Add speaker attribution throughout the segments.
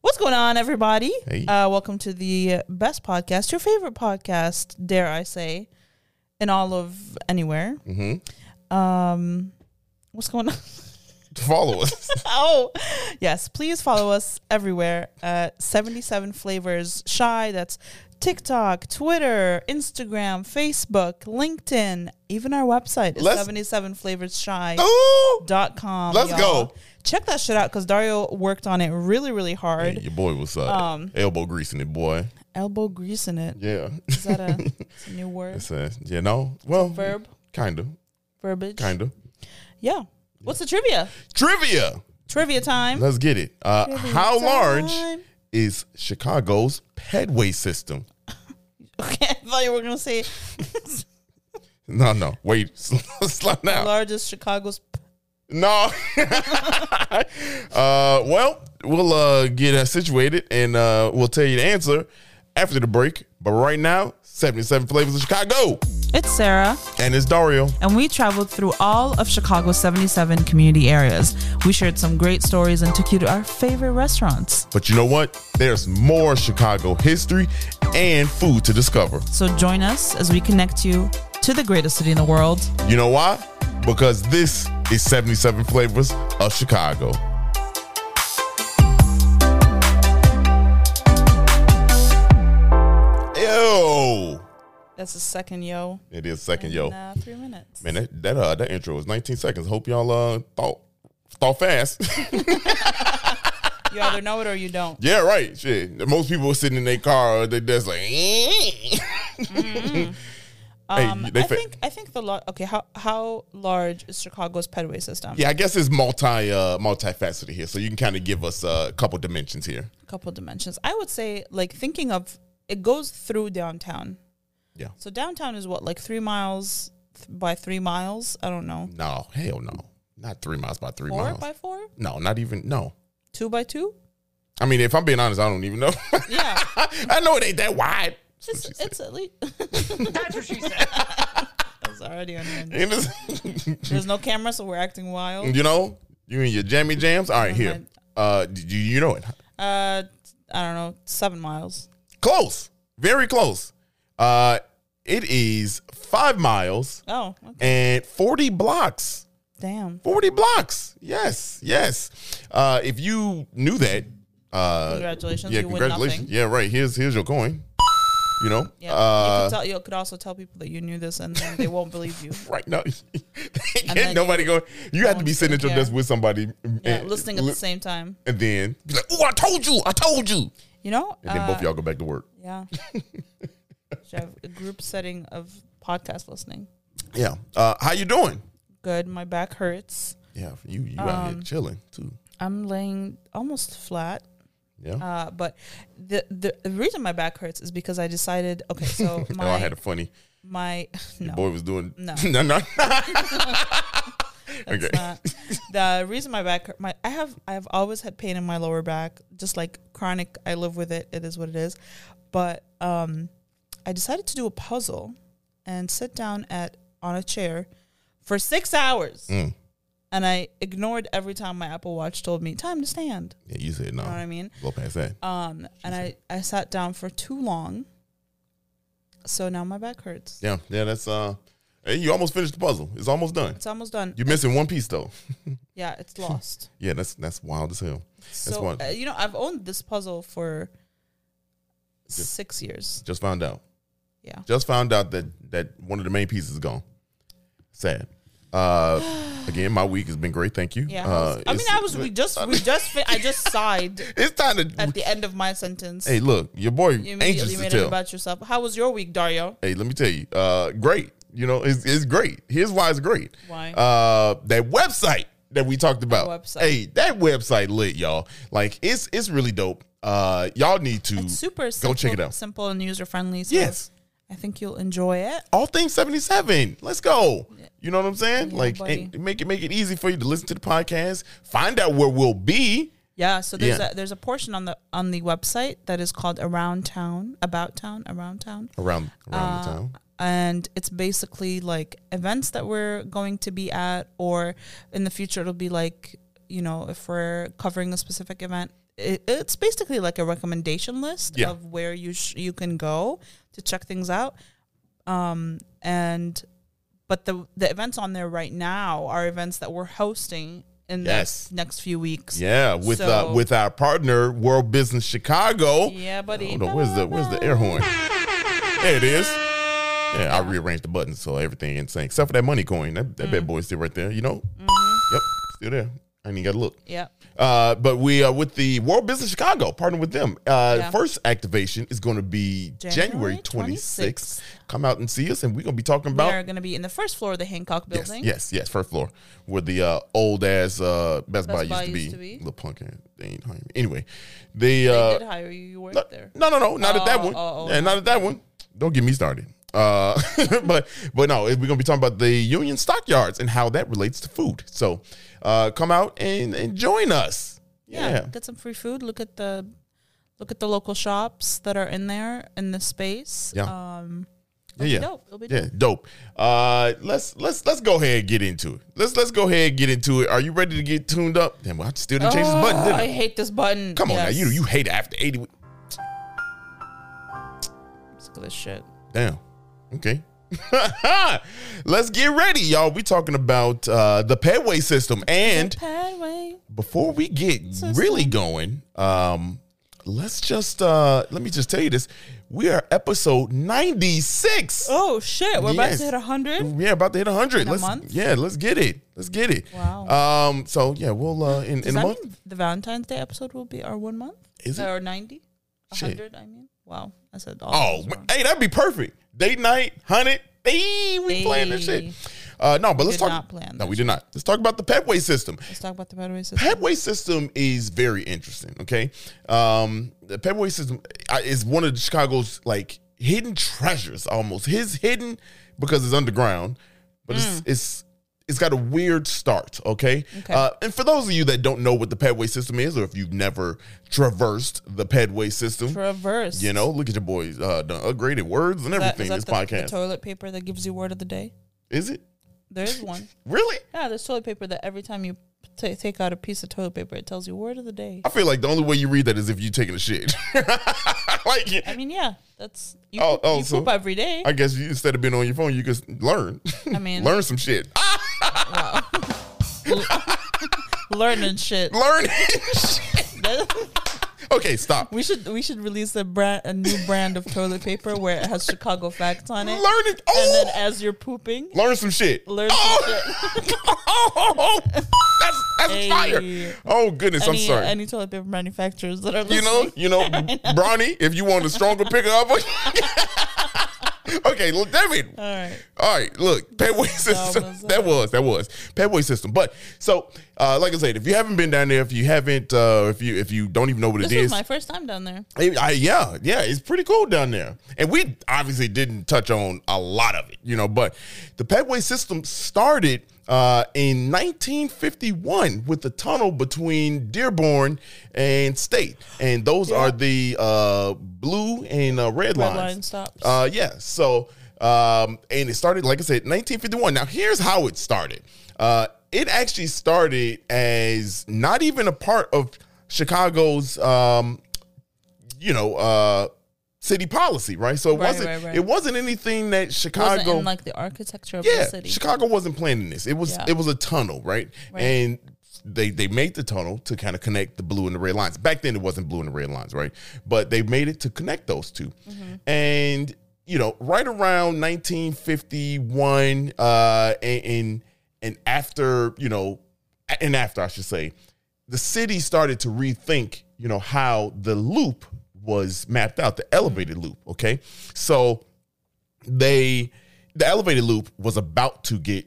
Speaker 1: What's going on, everybody?
Speaker 2: Hey.
Speaker 1: Uh, welcome to the best podcast, your favorite podcast, dare I say, in all of anywhere.
Speaker 2: hmm
Speaker 1: Um, what's going on?
Speaker 2: Follow us.
Speaker 1: oh, yes. Please follow us everywhere at 77 Flavors Shy. That's TikTok, Twitter, Instagram, Facebook, LinkedIn, even our website is
Speaker 2: Let's-
Speaker 1: 77 Flavors Shy.
Speaker 2: Oh!
Speaker 1: Dot com.
Speaker 2: Let's go.
Speaker 1: Check that shit out because Dario worked on it really, really hard.
Speaker 2: Hey, your boy was uh, elbow greasing it, boy.
Speaker 1: Elbow grease in it.
Speaker 2: Yeah.
Speaker 1: Is that a, it's a new word?
Speaker 2: It's a, you know, well,
Speaker 1: Verb?
Speaker 2: kind of,
Speaker 1: Verbiage?
Speaker 2: kind of.
Speaker 1: Yeah. What's the trivia?
Speaker 2: Trivia.
Speaker 1: Trivia time.
Speaker 2: Let's get it. Uh, how large
Speaker 1: time.
Speaker 2: is Chicago's pedway system?
Speaker 1: Okay, I thought you were going to say
Speaker 2: No, no. Wait. Slow, slow down.
Speaker 1: largest Chicago's.
Speaker 2: No. uh, well, we'll uh, get uh, situated and uh, we'll tell you the answer after the break. But right now, 77 Flavors of Chicago.
Speaker 1: It's Sarah.
Speaker 2: And it's Dario.
Speaker 1: and we traveled through all of Chicago's 77 community areas. We shared some great stories and took you to our favorite restaurants.
Speaker 2: But you know what? There's more Chicago history and food to discover.
Speaker 1: So join us as we connect you to the greatest city in the world.
Speaker 2: You know why? Because this is 77 Flavors of Chicago. Yo!
Speaker 1: That's the second yo.
Speaker 2: It is second, yo.
Speaker 1: In, uh, three minutes.
Speaker 2: Man, that that, uh, that intro was 19 seconds. Hope y'all uh, thought thought fast.
Speaker 1: You either know it or you don't.
Speaker 2: yeah, right. Shit. Most people were sitting in their car. They just like. Hey,
Speaker 1: Mm-hmm. Um,
Speaker 2: they
Speaker 1: I
Speaker 2: fa-
Speaker 1: think I think the lar- okay. How how large is Chicago's pedway system?
Speaker 2: Yeah, I guess it's multi uh multifaceted here, so you can kind of give us uh, a couple dimensions here.
Speaker 1: A couple dimensions. I would say like thinking of it goes through downtown.
Speaker 2: Yeah.
Speaker 1: So downtown is what like three miles th- by three miles. I don't know.
Speaker 2: No, hell no, not three miles by three
Speaker 1: Four
Speaker 2: miles.
Speaker 1: by four.
Speaker 2: no, not even no.
Speaker 1: Two by two.
Speaker 2: I mean, if I'm being honest, I don't even know.
Speaker 1: Yeah.
Speaker 2: I know it ain't that wide.
Speaker 1: It's, it's at least. That's what she said. I was already on hand.
Speaker 2: And it's-
Speaker 1: There's no camera, so we're acting wild.
Speaker 2: you know, you and your jammy jams. All right, here.
Speaker 1: mind.
Speaker 2: Uh, you you know it.
Speaker 1: Uh, I don't know, seven miles.
Speaker 2: Close, very close. Uh, it is five miles
Speaker 1: Oh, okay.
Speaker 2: and forty blocks.
Speaker 1: damn.
Speaker 2: 40 blocks. Yes, yes. Uh, if you knew that, uh,
Speaker 1: Congratulations,
Speaker 2: yeah,
Speaker 1: you win
Speaker 2: congratulations.
Speaker 1: nothing.
Speaker 2: Yeah, right. Here's here's your coin. You know,
Speaker 1: Yeah, you,
Speaker 2: uh,
Speaker 1: could tell, you could also tell people that you knew this, and then they won't believe you.
Speaker 2: right now,
Speaker 1: then
Speaker 2: can't nobody go. You have to
Speaker 1: one's
Speaker 2: be sitting at your
Speaker 1: gonna care.
Speaker 2: desk with somebody,
Speaker 1: Yeah,
Speaker 2: and,
Speaker 1: listening at the same time.
Speaker 2: and then be like, "Oh, I told you, I told you,"
Speaker 1: You know.
Speaker 2: and then
Speaker 1: uh,
Speaker 2: both y'all go back to work.
Speaker 1: Yeah. Should have a group setting of podcast listening.
Speaker 2: Yeah. Uh, how you doing?
Speaker 1: Good. My back hurts.
Speaker 2: Yeah, you you out
Speaker 1: Um,
Speaker 2: here chilling too.
Speaker 1: I'm laying almost flat.
Speaker 2: Yeah.
Speaker 1: Uh, but the, the the reason my back hurts is because I decided. Okay, so my
Speaker 2: oh, I had a funny
Speaker 1: my no,
Speaker 2: boy was doing
Speaker 1: No.
Speaker 2: no, no.
Speaker 1: that's
Speaker 2: okay.
Speaker 1: not the reason my back hurt. My I have I have always had pain in my lower back, just like chronic. I live with it. It is what it is. But um, I decided to do a puzzle and sit down at on a chair for six hours,
Speaker 2: Mm.
Speaker 1: and I ignored every time my Apple Watch told me time to stand.
Speaker 2: Yeah, you said no.
Speaker 1: You know what I mean?
Speaker 2: Go past that.
Speaker 1: Um, and I I sat down for too long, so now my back hurts.
Speaker 2: Yeah, yeah, that's uh hey, you almost finished the puzzle. It's almost done.
Speaker 1: It's almost done.
Speaker 2: You're missing one piece though.
Speaker 1: Yeah, it's lost.
Speaker 2: Yeah, that's that's wild as hell. That's
Speaker 1: so
Speaker 2: wild.
Speaker 1: uh, you know, I've owned this puzzle for six years.
Speaker 2: Just found out.
Speaker 1: Yeah,
Speaker 2: Just found out that that one of the main pieces is gone. Sad. Uh again, my week has been great, thank you.
Speaker 1: yeah. I
Speaker 2: Uh,
Speaker 1: was- I mean,
Speaker 2: it's-
Speaker 1: I was we just we just fi- I just sighed
Speaker 2: it's time to
Speaker 1: at the end of my sentence.
Speaker 2: Hey, look, your boy
Speaker 1: you
Speaker 2: anxious
Speaker 1: immediately
Speaker 2: to
Speaker 1: made it
Speaker 2: tell.
Speaker 1: about yourself. How was your week, Dario?
Speaker 2: hey, let me tell you. Uh great. You know, it's it's great. Here's why it's great.
Speaker 1: Why?
Speaker 2: Uh that website that we talked about.
Speaker 1: Website.
Speaker 2: Hey, that website lit, y'all. Like it's it's really dope. Uh y'all need to
Speaker 1: Super.
Speaker 2: go
Speaker 1: Simple,
Speaker 2: check it out.
Speaker 1: Simple and user friendly. So
Speaker 2: Yes.
Speaker 1: I think you'll enjoy it.
Speaker 2: All things 77. Let's go. You know what I'm saying? like
Speaker 1: buddy.
Speaker 2: and make it make it easy for you to listen to the podcast, find out where we'll be.
Speaker 1: Yeah, so there's
Speaker 2: Yeah.
Speaker 1: a there's a portion on the on the website that is called Around Town, About Town, Around Town.
Speaker 2: Around around
Speaker 1: Uh,
Speaker 2: the town.
Speaker 1: And it's basically like events that we're going to be at or in the future it'll be like, you know, if we're covering a specific event, it, it's basically like a recommendation list
Speaker 2: Yeah.
Speaker 1: of where you sh- you can go to check things out. Um, and but the the events on there right now are events that we're hosting in
Speaker 2: Yes.
Speaker 1: the next few weeks.
Speaker 2: Yeah, with uh,
Speaker 1: So-
Speaker 2: with our partner World Business Chicago.
Speaker 1: Yeah, buddy.
Speaker 2: Hold on, where's the where's the air horn? There it is. Yeah, I rearranged the buttons so everything in sync, except for that money coin. That that
Speaker 1: Mm.
Speaker 2: bad boy's still right there. You know.
Speaker 1: Mm-hmm.
Speaker 2: Yep, still there. I ain't even gotta look.
Speaker 1: Yeah.
Speaker 2: Uh, but we are with the World Business Chicago, partner with them. Uh,
Speaker 1: Yeah.
Speaker 2: First activation is going to be January
Speaker 1: January
Speaker 2: 26th.
Speaker 1: 26th.
Speaker 2: Come out and see us, and we're going to be talking about
Speaker 1: we are going to be in the first floor of the Hancock
Speaker 2: yes,
Speaker 1: building.
Speaker 2: yes, yes, first floor where the uh, old ass uh, Best, Buy, used,
Speaker 1: Buy
Speaker 2: to, be.
Speaker 1: used to be.
Speaker 2: Little punk ass, they ain't hiring me. Anyway, they,
Speaker 1: They
Speaker 2: uh,
Speaker 1: did hire you. You worked there.
Speaker 2: no, no, no, not at that
Speaker 1: Oh,
Speaker 2: one.
Speaker 1: oh, oh,
Speaker 2: yeah, not at that one. Don't get me started. Uh, but but no, we're gonna be talking about the Union Stockyards and how that relates to food. So uh, come out and, and join us.
Speaker 1: yeah.
Speaker 2: yeah.
Speaker 1: get some free food look at the look at the local shops that are in there in the space
Speaker 2: Yeah.
Speaker 1: um it'll
Speaker 2: Yeah,
Speaker 1: be
Speaker 2: yeah.
Speaker 1: dope it'll be
Speaker 2: Yeah,
Speaker 1: dope
Speaker 2: dope. Uh, let's let's let's go ahead and get into it. Let's let's go ahead and get into it. Are you ready to get tuned up? Damn, well, I still didn't change this button, did
Speaker 1: I
Speaker 2: I?
Speaker 1: hate this button.
Speaker 2: Come on
Speaker 1: Oh, Yes.
Speaker 2: now, you you hate it after eighty. we-
Speaker 1: Sick of this shit.
Speaker 2: Damn. Okay. let's get ready, y'all. We talking about uh, the payway system, and
Speaker 1: Padway.
Speaker 2: before we get really going, um, let's just uh, let me just tell you this: we are episode ninety six.
Speaker 1: Oh shit, we're about
Speaker 2: Yes.
Speaker 1: to hit hundred.
Speaker 2: Yeah, about to hit 100.
Speaker 1: a
Speaker 2: let's,
Speaker 1: month?
Speaker 2: Yeah, let's get it. Let's get it.
Speaker 1: Wow.
Speaker 2: Um. So yeah, we'll uh in,
Speaker 1: Does
Speaker 2: in a
Speaker 1: that
Speaker 2: month.
Speaker 1: mean the Valentine's Day episode will be our one month?
Speaker 2: Is it?
Speaker 1: Or ninety?
Speaker 2: Shit.
Speaker 1: hundred, I mean. Wow. I said all
Speaker 2: Oh,
Speaker 1: those
Speaker 2: man,
Speaker 1: wrong.
Speaker 2: hey, that'd be perfect. Date night, hundred. Hey, we playing this shit.
Speaker 1: Hey.
Speaker 2: Uh, no, but let's
Speaker 1: did
Speaker 2: talk.
Speaker 1: not plan
Speaker 2: no,
Speaker 1: that
Speaker 2: we did not. Let's talk about the Petway system.
Speaker 1: Let's talk about the Padway system.
Speaker 2: Petway system is very interesting. Okay, um, the Petway system uh, is one of Chicago's like hidden treasures. Almost his hidden because it's underground, but it's it's it's got a weird start. Okay,
Speaker 1: Mm. Okay.
Speaker 2: Uh, and for those of you that don't know what the Petway system is, or if you've never traversed the Petway system,
Speaker 1: Traverse.
Speaker 2: you know, look at your boys uh, done upgraded words and
Speaker 1: That- is
Speaker 2: everything.
Speaker 1: that
Speaker 2: this
Speaker 1: the,
Speaker 2: podcast
Speaker 1: the toilet paper that gives you word of the day?
Speaker 2: is it
Speaker 1: There is one.
Speaker 2: really?
Speaker 1: Yeah, there's toilet paper that every time you t- take out a piece of toilet paper, it tells you word of the day.
Speaker 2: I feel like the only way you read that is if you taking a shit. like
Speaker 1: I mean, yeah, that's you.
Speaker 2: Oh,
Speaker 1: poop,
Speaker 2: oh,
Speaker 1: you
Speaker 2: so-
Speaker 1: poop every day.
Speaker 2: I guess you, instead of being on your phone, you could learn.
Speaker 1: I mean-
Speaker 2: learn some shit. Ah,
Speaker 1: Learning shit.
Speaker 2: learn shit. Okay, stop.
Speaker 1: we should we should release a brand a new brand of toilet paper where it has Chicago facts on it,
Speaker 2: Learn it.
Speaker 1: and
Speaker 2: Oh,
Speaker 1: then as you're pooping,
Speaker 2: learn some shit.
Speaker 1: learn
Speaker 2: oh,
Speaker 1: some shit.
Speaker 2: oh, oh, oh. that's that's
Speaker 1: Hey.
Speaker 2: fire. Oh goodness,
Speaker 1: Any,
Speaker 2: I'm sorry.
Speaker 1: any toilet paper manufacturers that are
Speaker 2: you know,
Speaker 1: listening.
Speaker 2: you know, Bronny, if you want a stronger pickup. okay, look, damn it.
Speaker 1: All right,
Speaker 2: All right, look, Petway system.
Speaker 1: was
Speaker 2: that was that was Petway system. But so, uh, like I said, if you haven't been down there, if you haven't, uh, if you if you don't even know what
Speaker 1: this
Speaker 2: it
Speaker 1: was
Speaker 2: is,
Speaker 1: my first time down there.
Speaker 2: I- I- yeah, yeah, it's pretty cool down there. And we obviously didn't touch on a lot of it, you know. But the Petway system started uh, in 1951 with the tunnel between Dearborn and State, and those are the uh, blue and uh,
Speaker 1: Red
Speaker 2: red, lines.
Speaker 1: line stops.
Speaker 2: Uh, yeah. So, um, and it started, like I said, 1951. Now, here's how it started. Uh, it actually started as not even a part of Chicago's, um, you know, uh, city policy, right? So it
Speaker 1: Right,
Speaker 2: wasn't.
Speaker 1: right, right.
Speaker 2: It wasn't anything that
Speaker 1: Wasn't
Speaker 2: Chicago.
Speaker 1: in like the architecture of
Speaker 2: yeah,
Speaker 1: the city.
Speaker 2: Chicago wasn't planning this. It was.
Speaker 1: Yeah.
Speaker 2: It was a tunnel, right?
Speaker 1: Right.
Speaker 2: And they they made the tunnel to kind of connect the blue and the red lines. Back then, it wasn't blue and the red lines, right? But they made it to connect those 2
Speaker 1: Mm-hmm.
Speaker 2: and you know, right around 1951, uh, and, and and after you know, a- and after I should say, the city started to rethink, you know, how the loop was mapped out, the elevated
Speaker 1: Mm-hmm.
Speaker 2: loop. Okay, so they the elevated loop was about to get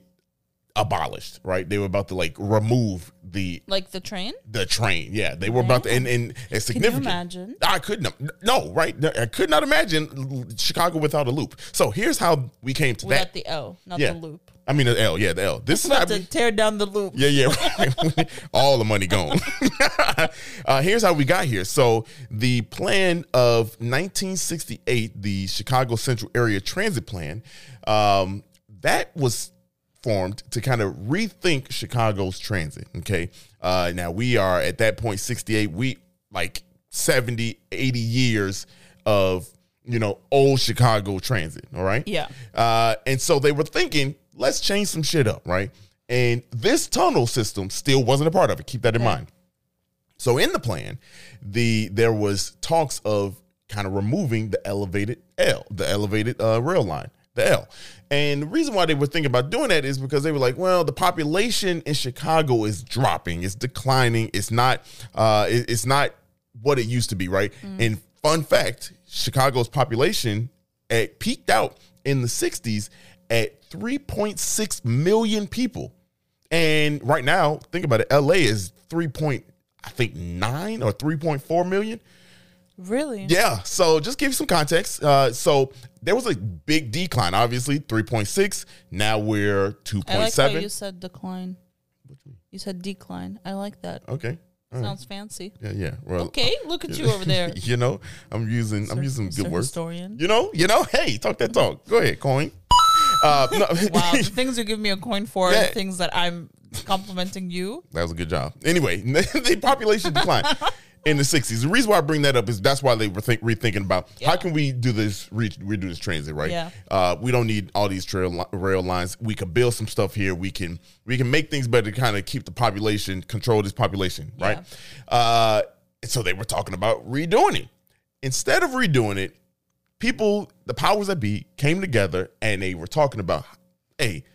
Speaker 2: abolished, right? They were about to like remove the
Speaker 1: like the train.
Speaker 2: the train. Yeah, they were about to and and it's
Speaker 1: Can you
Speaker 2: significant.
Speaker 1: imagine?
Speaker 2: I couldn't no right. I could not imagine Chicago without a loop. So here's how we came to
Speaker 1: Without
Speaker 2: that.
Speaker 1: the L, not
Speaker 2: Yeah.
Speaker 1: the loop.
Speaker 2: I mean the L. Yeah, the L. This is
Speaker 1: About
Speaker 2: how
Speaker 1: to tear down the loop.
Speaker 2: yeah, yeah. All the money gone. uh, here's how we got here. So, the plan of 1968, the Chicago Central Area Transit Plan, um, that was formed to kind of rethink Chicago's transit. Okay. Uh, now, we are at that point, 68, we like 70, 80 years of, you know, old Chicago transit. All right.
Speaker 1: Yeah.
Speaker 2: Uh, and so they were thinking, let's change some shit up. Right. And this tunnel system still wasn't a part of it. Keep that in mind. So in the plan, the there was talks of kind of removing the elevated L, the elevated uh, rail line, the L. And the reason why they were thinking about doing that is because they were like, well, the population in Chicago is dropping, it's declining, it's not, uh, it- it's not what it used to be, right? And fun fact, Chicago's population at peaked out in the '60s at 3.6 million people. And right now, think about it. LA is three point, I think nine or three point four million.
Speaker 1: Really?
Speaker 2: Yeah. So just give you some context. Uh, so there was a big decline. Obviously, three point six. Now we're two
Speaker 1: I
Speaker 2: point
Speaker 1: like how
Speaker 2: seven.
Speaker 1: you said decline. You said decline. I like that.
Speaker 2: Okay. All right.
Speaker 1: Sounds fancy.
Speaker 2: Yeah. Yeah. Well,
Speaker 1: Okay, look at you over there.
Speaker 2: you know, I'm using I'm using
Speaker 1: Mr.
Speaker 2: good words.
Speaker 1: Historian.
Speaker 2: You know. You know. Hey, talk that talk. Go ahead, coin. Uh, no.
Speaker 1: Wow, the things you give me a coin for,
Speaker 2: Yeah.
Speaker 1: are things that I'm complimenting you.
Speaker 2: That was a good job. Anyway, the population declined in the 60s. The reason why I bring that up is that's why they were think, rethinking about how can we do this re- redo this transit, right?
Speaker 1: Yeah.
Speaker 2: Uh, we don't need all these trail li- rail lines. We can build some stuff here. We can we can make things better to kind of keep the population control this population, right? Uh, and so they were talking about redoing it. Instead of redoing it, people, the powers that be, came together and they were talking about, hey,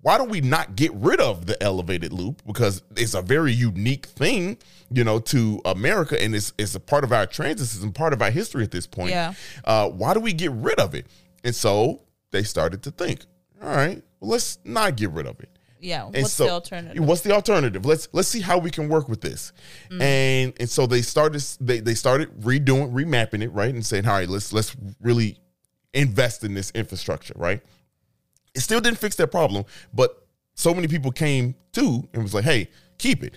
Speaker 2: why don't we not get rid of the elevated loop because it's a very unique thing, you know, to America and it's it's a part of our transit system, part of our history at this point.
Speaker 1: Yeah.
Speaker 2: Uh, why do we get rid of it? And so they started to think, all right, well, let's not get rid of it.
Speaker 1: Yeah.
Speaker 2: And
Speaker 1: What's
Speaker 2: so-
Speaker 1: the alternative? Mm.
Speaker 2: What's the alternative? Let's let's see how we can work with this. And and so they started they they started redoing remapping it right and saying, all right, let's let's really invest in this infrastructure, right? It still didn't fix that problem, but so many people came to and was like, hey, keep it.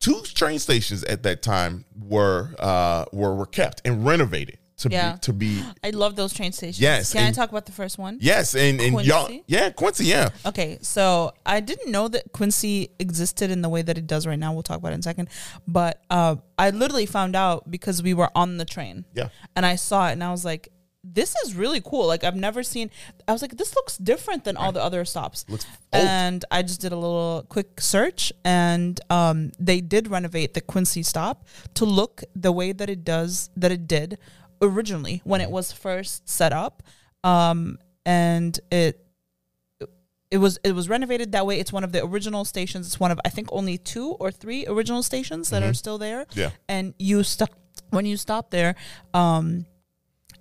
Speaker 2: Two train stations at that time were uh were were kept and renovated to
Speaker 1: Yeah.
Speaker 2: be to be
Speaker 1: I love those train stations.
Speaker 2: Yes,
Speaker 1: Can I
Speaker 2: and-
Speaker 1: talk about the first one?
Speaker 2: yes and and y'all
Speaker 1: Quincy?
Speaker 2: yeah Quincy yeah
Speaker 1: Okay, so I didn't know that Quincy existed in the way that it does right now. We'll talk about it in a second. But uh, I literally found out because we were on the train.
Speaker 2: Yeah.
Speaker 1: And I saw it and I was like, this is really cool. Like, I've never seen, I was like, this looks different than all the other stops.
Speaker 2: Looks old.
Speaker 1: and I just did a little quick search and um, they did renovate the Quincy stop to look the way that it does, that it did originally when it was first set up. Um, and it it was it was renovated that way. It's one of the original stations. It's one of I think only two or three original stations that are still there.
Speaker 2: Mm-hmm. Yeah.
Speaker 1: And you stop when you stop there, um,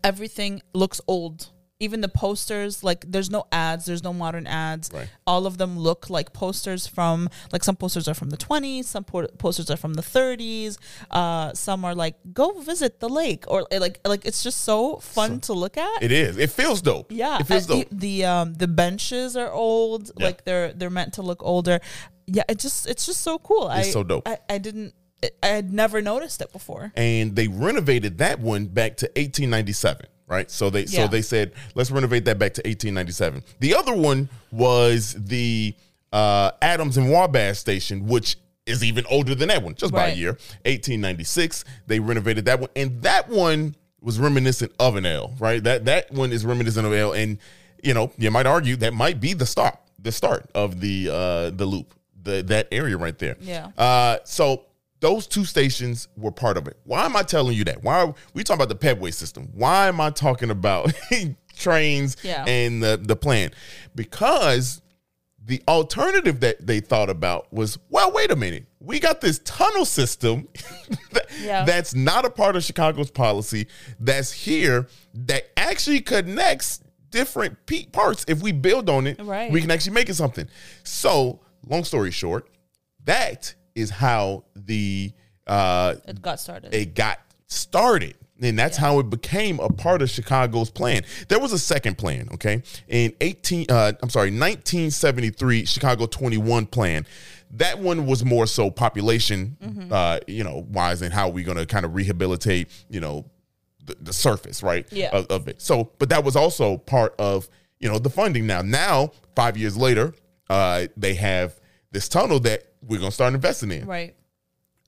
Speaker 1: everything looks old. Even the posters, like there's no ads, there's no modern ads.
Speaker 2: Right.
Speaker 1: All of them look like posters from like some posters are from the 20s, some po- posters are from the 30s. Uh, some are like go visit the lake or eh, like like it's just so fun to look at.
Speaker 2: it is it feels dope
Speaker 1: Yeah,
Speaker 2: it feels
Speaker 1: uh,
Speaker 2: dope
Speaker 1: The, the, um the benches are old,
Speaker 2: Yeah.
Speaker 1: like they're they're meant to look older. Yeah, it just it's just so cool.
Speaker 2: It's
Speaker 1: I,
Speaker 2: so dope.
Speaker 1: I, I didn't I- I had never noticed it before.
Speaker 2: and they renovated that one back to 1897 right so they so
Speaker 1: Yeah.
Speaker 2: they said let's renovate that back to 1897 the other one was the uh, adams and wabash station which is even older than that one just by a
Speaker 1: Right.
Speaker 2: year 1896 they renovated that one and that one was reminiscent of an l right that that one is reminiscent of l and you know you might argue that might be the start the start of the uh the loop the that area right there
Speaker 1: Yeah.
Speaker 2: uh, so those two stations were part of it. Why am I telling you that? Why are we talking about the Pedway system? Why am I talking about trains
Speaker 1: Yeah.
Speaker 2: and the, the plan? Because the alternative that they thought about was, well, wait a minute. We got this tunnel system that-
Speaker 1: Yeah.
Speaker 2: that's not a part of Chicago's policy that's here that actually connects different pe- parts. If we build on it,
Speaker 1: Right.
Speaker 2: we can actually make it something. So, long story short, that is how the uh,
Speaker 1: It got started.
Speaker 2: it got started. And that's how it became a part of Chicago's plan. There was a second plan, okay? In 18 uh I'm sorry, 1973 Chicago 21 plan. That one was more so population uh you know, wise and how we're going to kind of rehabilitate, you know, the, the surface, right?
Speaker 1: Yeah.
Speaker 2: Of, of it. So, but that was also part of you know the funding. Now, now five years later, uh, they have this tunnel that we're gonna start investing in.
Speaker 1: right.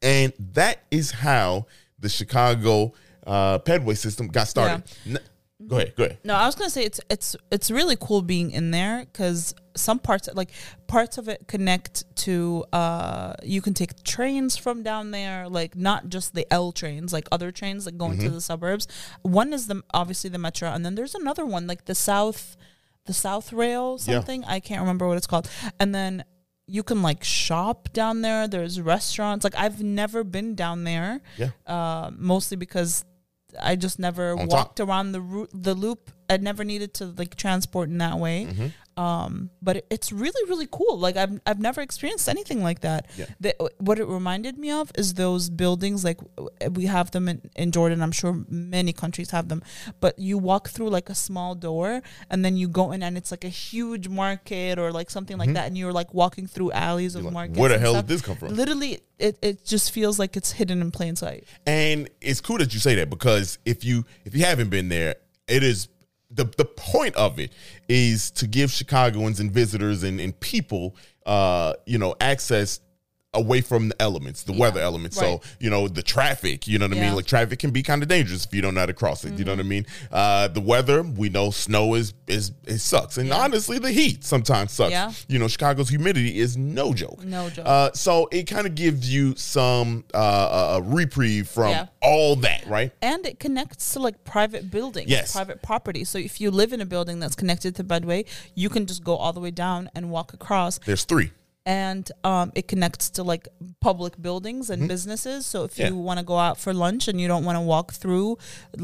Speaker 2: And that is how the Chicago uh, pedway system got started. N- go ahead, go ahead.
Speaker 1: No, I was gonna say it's it's it's really cool being in there because some parts like parts of it connect to uh you can take trains from down there like not just the L trains like other trains like going to the suburbs. One is the obviously the metro and then there's another one like the south the south rail
Speaker 2: Yeah.
Speaker 1: something I can't remember what it's called and then you can like shop down there. There's restaurants like I've never been down there
Speaker 2: Yeah,
Speaker 1: uh, mostly because I just never
Speaker 2: On
Speaker 1: walked around the route, the loop. I never needed to like transport in that way.
Speaker 2: Mm-hmm.
Speaker 1: Um, but it- it's really really cool. Like I've I've never experienced anything like that.
Speaker 2: Yeah.
Speaker 1: The, what it reminded me of is those buildings. Like w- we have them in, in Jordan. I'm sure many countries have them. But you walk through like a small door, and then you go in, and it's like a huge market or like something like that. And you're like walking through alleys of
Speaker 2: Mm-hmm. like,
Speaker 1: markets.
Speaker 2: "Where the
Speaker 1: and
Speaker 2: hell did
Speaker 1: stuff."
Speaker 2: this come from?
Speaker 1: Literally, it, it just feels like it's hidden in plain sight.
Speaker 2: and it's cool that you say that because if you if you haven't been there, it is the the point of it is to give Chicagoans and visitors and and people, uh, you know, access away from the elements, the weather elements.
Speaker 1: right.
Speaker 2: So you know the traffic. You know what I
Speaker 1: Yeah. Mm-hmm.
Speaker 2: mean? Like traffic can be kind of dangerous if you don't know how to cross it. You know what I mean? Uh, the weather, we know snow is is it sucks, and honestly, the heat sometimes sucks.
Speaker 1: Yeah.
Speaker 2: You know, Chicago's humidity is no joke.
Speaker 1: No joke.
Speaker 2: Uh, so it kind of gives you some uh, uh, uh, reprieve from
Speaker 1: Yeah.
Speaker 2: all that, right?
Speaker 1: and it connects to like private buildings,
Speaker 2: Yes.
Speaker 1: private property. So if you live in a building that's connected to Bedway, you can just go all the way down and walk across,
Speaker 2: There's three.
Speaker 1: and um, it connects to like public buildings and businesses. So if
Speaker 2: Mm-hmm. Yeah.
Speaker 1: you want to go out for lunch and you don't want to walk through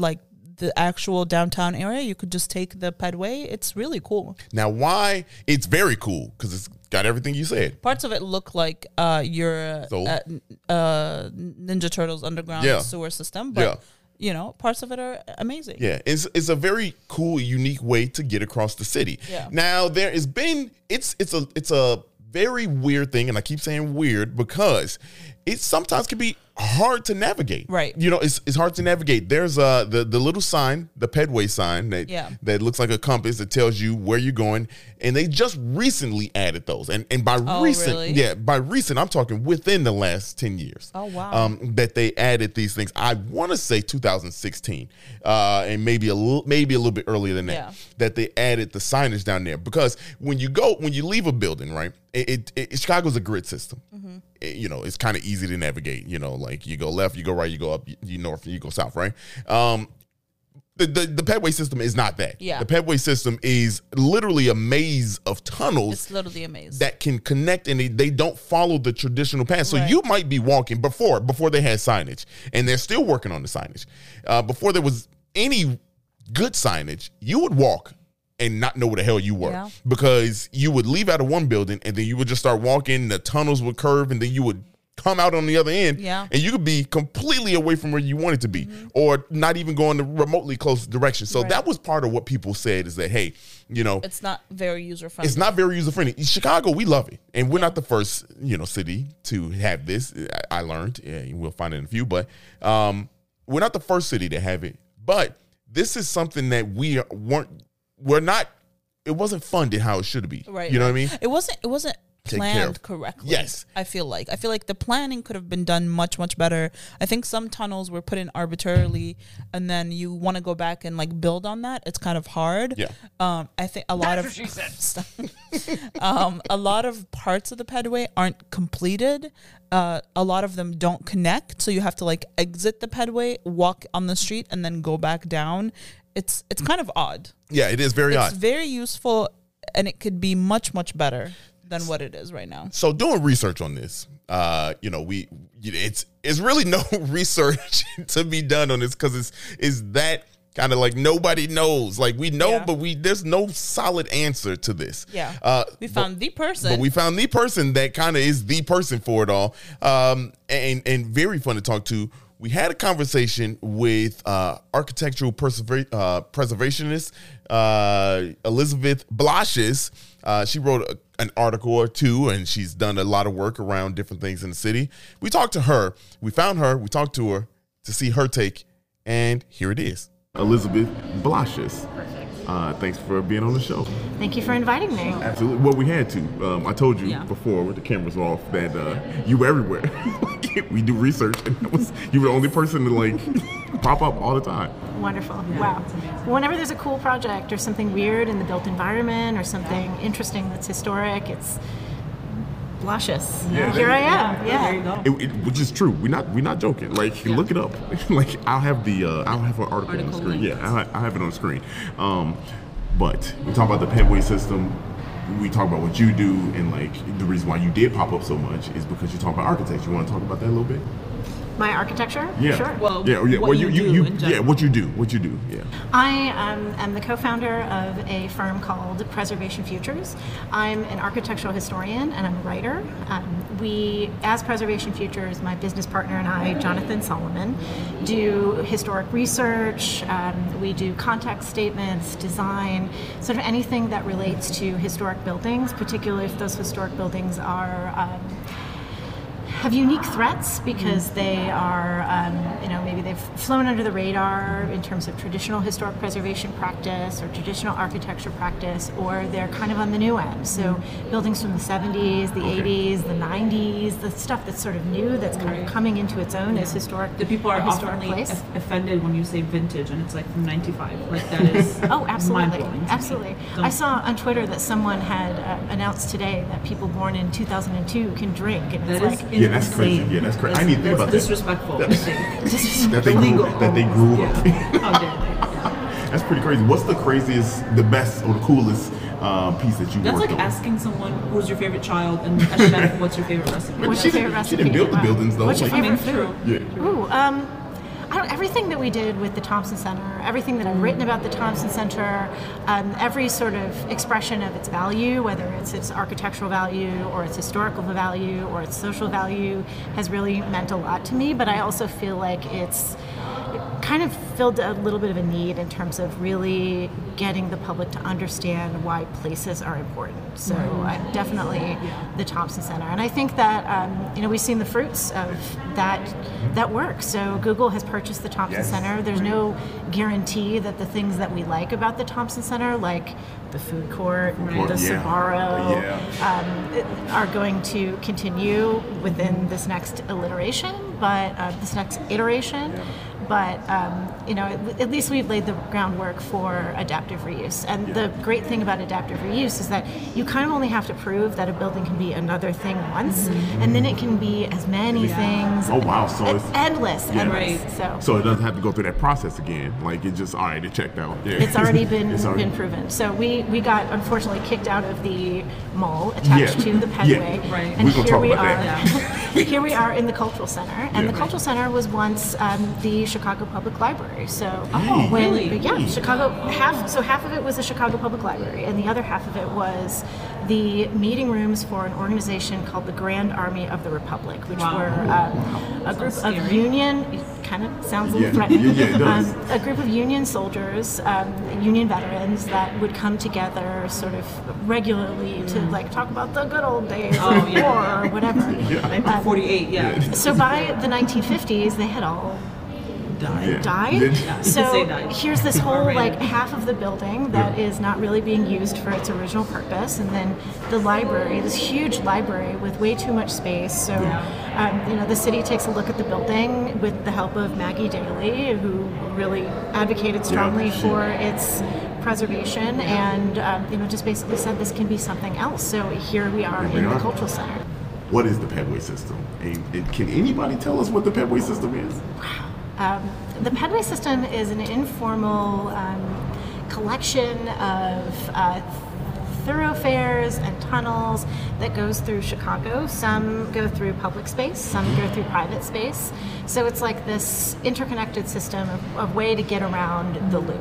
Speaker 1: like the actual downtown area, you could just take the Pedway. It's really cool.
Speaker 2: Now, why? It's very cool because it's got everything you said.
Speaker 1: Parts of it look like uh, your
Speaker 2: So?
Speaker 1: uh, n- uh, Ninja Turtles underground
Speaker 2: Yeah.
Speaker 1: sewer system, but
Speaker 2: Yeah.
Speaker 1: you know, parts of it are amazing.
Speaker 2: Yeah, it's it's a very cool, unique way to get across the city.
Speaker 1: Yeah.
Speaker 2: Now there has been it's it's a it's a very weird thing, and I keep saying weird because it sometimes can be hard to navigate.
Speaker 1: Right.
Speaker 2: You know, it's it's hard to navigate. There's uh the the little sign, the pedway sign that
Speaker 1: Yeah.
Speaker 2: that looks like a compass that tells you where you're going, and they just recently added those. And and by
Speaker 1: Oh,
Speaker 2: recent,
Speaker 1: really?
Speaker 2: yeah, by recent, I'm talking within the last ten years
Speaker 1: Oh, wow.
Speaker 2: um, that they added these things. I want to say 2016, uh, and maybe a little, maybe a little bit earlier than that.
Speaker 1: Yeah.
Speaker 2: That they added the signage down there because when you go, when you leave a building, right? It, it, it- Chicago's a grid system.
Speaker 1: Mm-hmm.
Speaker 2: It- you know, it's kind of easy to navigate. You know, like you go left, you go right, you go up, you, you north, you go south, right? Um, the, the, the pedway system is not that.
Speaker 1: Yeah.
Speaker 2: The pedway system is literally a maze of tunnels
Speaker 1: It's literally amazing.
Speaker 2: that can connect and they, they don't follow the traditional path. So
Speaker 1: Right.
Speaker 2: you might be walking before before they had signage, and they're still working on the signage. Uh, before there was any good signage, you would walk and not know where the hell you were
Speaker 1: Yeah.
Speaker 2: because you would leave out of one building and then you would just start walking. The tunnels would curve and then you would come out on the other end
Speaker 1: Yeah. Mm-hmm.
Speaker 2: and you could be completely away from where you wanted to be or not even going the remotely close direction. So
Speaker 1: Right.
Speaker 2: that was part of what people said is that, hey, you know,
Speaker 1: it's not very user friendly.
Speaker 2: it's not very user friendly. Chicago, we love it, and we're not the first, you know, city to have this. I, I learned, yeah, we'll find it in a few, but um, we're not the first city to have it. But this is something that we weren't, we're not. It wasn't funded how it should be.
Speaker 1: Right.
Speaker 2: You know what I
Speaker 1: right.
Speaker 2: mean?
Speaker 1: It wasn't. It wasn't
Speaker 2: Taken care
Speaker 1: planned
Speaker 2: of.
Speaker 1: correctly.
Speaker 2: Yes.
Speaker 1: I feel like I feel like the planning could have been done much much better. I think some tunnels were put in arbitrarily, and then you want to go back and like build on that. It's kind of hard.
Speaker 2: Yeah.
Speaker 1: Um, I think a lot of Stop. um, a lot of parts of the pedway aren't completed. Uh, a lot of them don't connect, so you have to like exit the pedway, walk on the street, and then go back down. It's it's kind of odd
Speaker 2: Yeah, it is very odd.
Speaker 1: it's very useful and it could be much much better than what it is right now
Speaker 2: so doing research on this uh you know we it's it's really no research to be done on this because it's is that kind of like nobody knows like we know
Speaker 1: Yeah.
Speaker 2: but we there's no solid answer to this
Speaker 1: yeah
Speaker 2: uh
Speaker 1: we found the person
Speaker 2: but we found the person that kind of is the person for it all, um, and and very fun to talk to. We had a conversation with uh, architectural preserva- uh, preservationist uh, Elizabeth Blashes. Uh, she wrote a, an article or two, and she's done a lot of work around different things in the city. We talked to her. We found her. We talked to her to see her take, and here it is. Elizabeth Blashes.
Speaker 3: Perfect.
Speaker 2: Uh, thanks for being on the show.
Speaker 3: Thank you for inviting me.
Speaker 2: Absolutely. Well, we had to. Um, I told you
Speaker 3: Yeah.
Speaker 2: before with the cameras off that uh, you were everywhere. we do research, and that was you were the only person to like pop up all the time.
Speaker 3: Wonderful. wow. Whenever there's a cool project or something weird in the built environment or something interesting that's historic, it's luscious.
Speaker 2: Yeah.
Speaker 3: Here I am. Yeah.
Speaker 4: There you go.
Speaker 2: It, it, which is true. We're not we're not joking. Like look it up. like I'll have the uh, I'll have an article, on the
Speaker 4: Article
Speaker 2: screen.
Speaker 4: link.
Speaker 2: Yeah, I'll, I'll have it on the screen. Um, but we talk about the Pepway system. We talk about what you do and like the reason why you did pop up so much is because you talk about architects. You want to talk about that a little bit?
Speaker 3: My architecture?
Speaker 2: Yeah.
Speaker 3: Sure.
Speaker 4: Well,
Speaker 2: yeah, yeah.
Speaker 4: what
Speaker 2: well,
Speaker 4: you do in
Speaker 2: yeah,
Speaker 4: general.
Speaker 2: what you do, what you do, yeah.
Speaker 3: I um, am the co founder of a firm called Preservation Futures. I'm an architectural historian and I'm a writer. Um, we, as Preservation Futures, my business partner and I, Jonathan Solomon, do historic research, um, we do context statements, design, sort of anything that relates to historic buildings, particularly if those historic buildings are. Um, have unique threats because they are, um, you know, maybe they've flown under the radar in terms of traditional historic preservation practice or traditional architecture practice, or they're kind of on the new end. So buildings from the 70s, the 80s, the 90s, the stuff that's sort of new that's kind of coming into its own as historic.
Speaker 4: The people are
Speaker 3: a historic
Speaker 4: often
Speaker 3: place.
Speaker 4: off- offended when you say vintage and it's like from 95. Like that is
Speaker 3: Oh, absolutely,
Speaker 4: mind-blowing to me.
Speaker 3: absolutely.
Speaker 4: Don't-
Speaker 3: I saw on Twitter that someone had uh, announced today that people born in 2002 can drink, and it's
Speaker 4: That is
Speaker 3: like
Speaker 4: insane.
Speaker 2: Yeah, that's crazy. Yeah, that's crazy. I need to think
Speaker 4: That's
Speaker 2: about that.
Speaker 4: disrespectful. I think.
Speaker 2: That they grew,
Speaker 4: Illegal.
Speaker 2: that they grew up.
Speaker 4: Yeah. How dare they? Yeah.
Speaker 2: That's pretty crazy. What's the craziest, the best, or the coolest uh, piece that you
Speaker 4: That's
Speaker 2: worked
Speaker 4: like
Speaker 2: on?
Speaker 4: asking someone who's your favorite child and a chef, what's your favorite recipe?
Speaker 3: What's
Speaker 2: she didn't-
Speaker 3: your favorite
Speaker 2: she
Speaker 3: recipe?
Speaker 2: didn't build the
Speaker 3: Wow.
Speaker 2: buildings, though.
Speaker 3: What's your
Speaker 2: Like-
Speaker 4: I mean,
Speaker 3: favorite food?
Speaker 4: true.
Speaker 2: yeah.
Speaker 3: Ooh, um, I don't, everything that we did with the Thompson Center, everything that I've written about the Thompson Center, um, every sort of expression of its value, whether it's its architectural value or its historical value or its social value, has really meant a lot to me. But I also feel like it's kind of filled a little bit of a need in terms of really getting the public to understand why places are important. So I definitely the Thompson Center, and I think that um, you know we've seen the fruits of that that work. So Google has purchased the Thompson
Speaker 2: Yes.
Speaker 3: Center. There's no guarantee that the things that we like about the Thompson Center, like the food court,
Speaker 2: court,
Speaker 3: the
Speaker 2: yeah.
Speaker 3: Sbarro,
Speaker 2: Yeah.
Speaker 3: um, are going to continue within this next alliteration, but uh, this next iteration.
Speaker 2: Yeah.
Speaker 3: But um, you know, at, at least we've laid the groundwork for adaptive reuse. And the great thing about adaptive reuse is that you kind of only have to prove that a building can be another thing once, and then it can be as many things.
Speaker 2: Oh, wow. So
Speaker 3: It's
Speaker 2: it's-
Speaker 3: endless,
Speaker 2: Yeah.
Speaker 3: endless. So.
Speaker 2: So it doesn't have to go through that process again. Like it just all right, it checked out. Yeah.
Speaker 3: it's already been
Speaker 2: It's already-
Speaker 3: been proven. So we, we got unfortunately kicked out of the mall attached
Speaker 2: Yeah.
Speaker 3: to the
Speaker 2: Yeah.
Speaker 3: pedway,
Speaker 4: Right.
Speaker 3: and
Speaker 2: We're gonna
Speaker 3: here
Speaker 2: talk
Speaker 3: we
Speaker 2: about
Speaker 3: are.
Speaker 2: that.
Speaker 3: here we are in the cultural center, and
Speaker 2: Yeah.
Speaker 3: the cultural center was once um, the Chicago Public Library. So
Speaker 2: Oh,
Speaker 3: when
Speaker 4: really?
Speaker 3: yeah, Chicago half so half of it was the Chicago Public Library, and the other half of it was the meeting rooms for an organization called the Grand Army of the Republic, which
Speaker 4: Wow.
Speaker 3: were um, a group
Speaker 4: Sounds
Speaker 3: of
Speaker 4: scary.
Speaker 3: union. It kind of sounds a
Speaker 2: Yeah.
Speaker 3: little threatening.
Speaker 2: Yeah, yeah, it does.
Speaker 3: Um, a group of Union soldiers, um, Union veterans, that would come together sort of regularly to like talk about the good old days
Speaker 4: Mm. Oh,
Speaker 3: of
Speaker 4: yeah.
Speaker 3: war or whatever. Um,
Speaker 2: Yeah.
Speaker 4: 1948, yeah.
Speaker 3: So by the 1950s, they had all
Speaker 4: Died.
Speaker 2: Yeah.
Speaker 3: died.
Speaker 2: Yeah.
Speaker 3: So
Speaker 4: Say died.
Speaker 3: here's this whole
Speaker 4: Right.
Speaker 3: like half of the building that is not really being used for its original purpose, and then the library, this huge library with way too much space. So um, you know the city takes a look at the building with the help of Maggie Daly, who really advocated strongly
Speaker 2: she-
Speaker 3: for its preservation, and um, you know just basically said this can be something else. So here we are
Speaker 2: Here we
Speaker 3: in
Speaker 2: are.
Speaker 3: the cultural center.
Speaker 2: What is the Pedway system? And, and can anybody tell us what the Pedway system is?
Speaker 3: Um, the Pedway system is an informal um, collection of uh, thoroughfares and tunnels that goes through Chicago. Some go through public space, some go through private space. So it's like this interconnected system of, of way to get around the loop.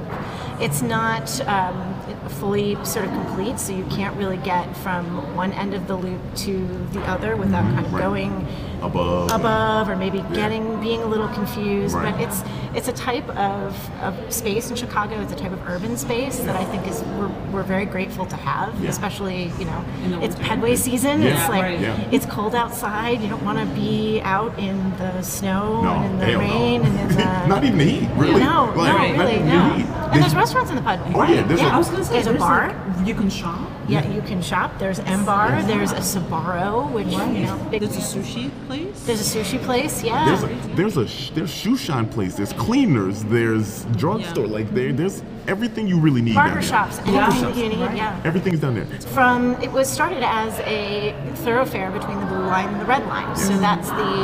Speaker 3: It's not um, fully sort of complete, so you can't really get from one end of the loop to the other without kind of
Speaker 2: Right.
Speaker 3: going
Speaker 2: Above.
Speaker 3: above or maybe getting being a little confused
Speaker 2: Right.
Speaker 3: but it's It's a type of, of space in Chicago. It's a type of urban space that I think is we're, we're very grateful to have,
Speaker 2: Yeah.
Speaker 3: especially you know
Speaker 4: In the
Speaker 3: it's
Speaker 4: winter.
Speaker 3: Pedway season.
Speaker 2: Yeah.
Speaker 3: It's like
Speaker 4: Right.
Speaker 2: Yeah.
Speaker 3: it's cold outside. You don't want to be out in the snow
Speaker 2: No,
Speaker 3: and in the
Speaker 2: hell
Speaker 3: rain
Speaker 2: no.
Speaker 3: and in the
Speaker 2: not even the heat, really.
Speaker 3: no, no,
Speaker 2: Like, not
Speaker 3: really,
Speaker 2: even the
Speaker 3: no.
Speaker 2: heat.
Speaker 3: And there's restaurants in the Pud.
Speaker 2: Oh, yeah, there's a-
Speaker 4: I was gonna say
Speaker 3: there's a bar.
Speaker 4: Like, you can shop.
Speaker 3: yeah, you can shop. There's M Bar. There's a Sabaro, which you know, big,
Speaker 4: There's a sushi place.
Speaker 3: there's a sushi place. Yeah,
Speaker 2: There's a there's a sh- there's shoe shine place. There's cleaners. There's drugstore.
Speaker 4: Yeah.
Speaker 2: Like there there's everything you really need. down
Speaker 3: barber
Speaker 2: there.
Speaker 3: shops.
Speaker 2: Barber
Speaker 3: anything
Speaker 2: shops.
Speaker 3: you need, yeah.
Speaker 2: Everything's down there.
Speaker 3: from it was started as a thoroughfare between the blue line and the red line. So that's the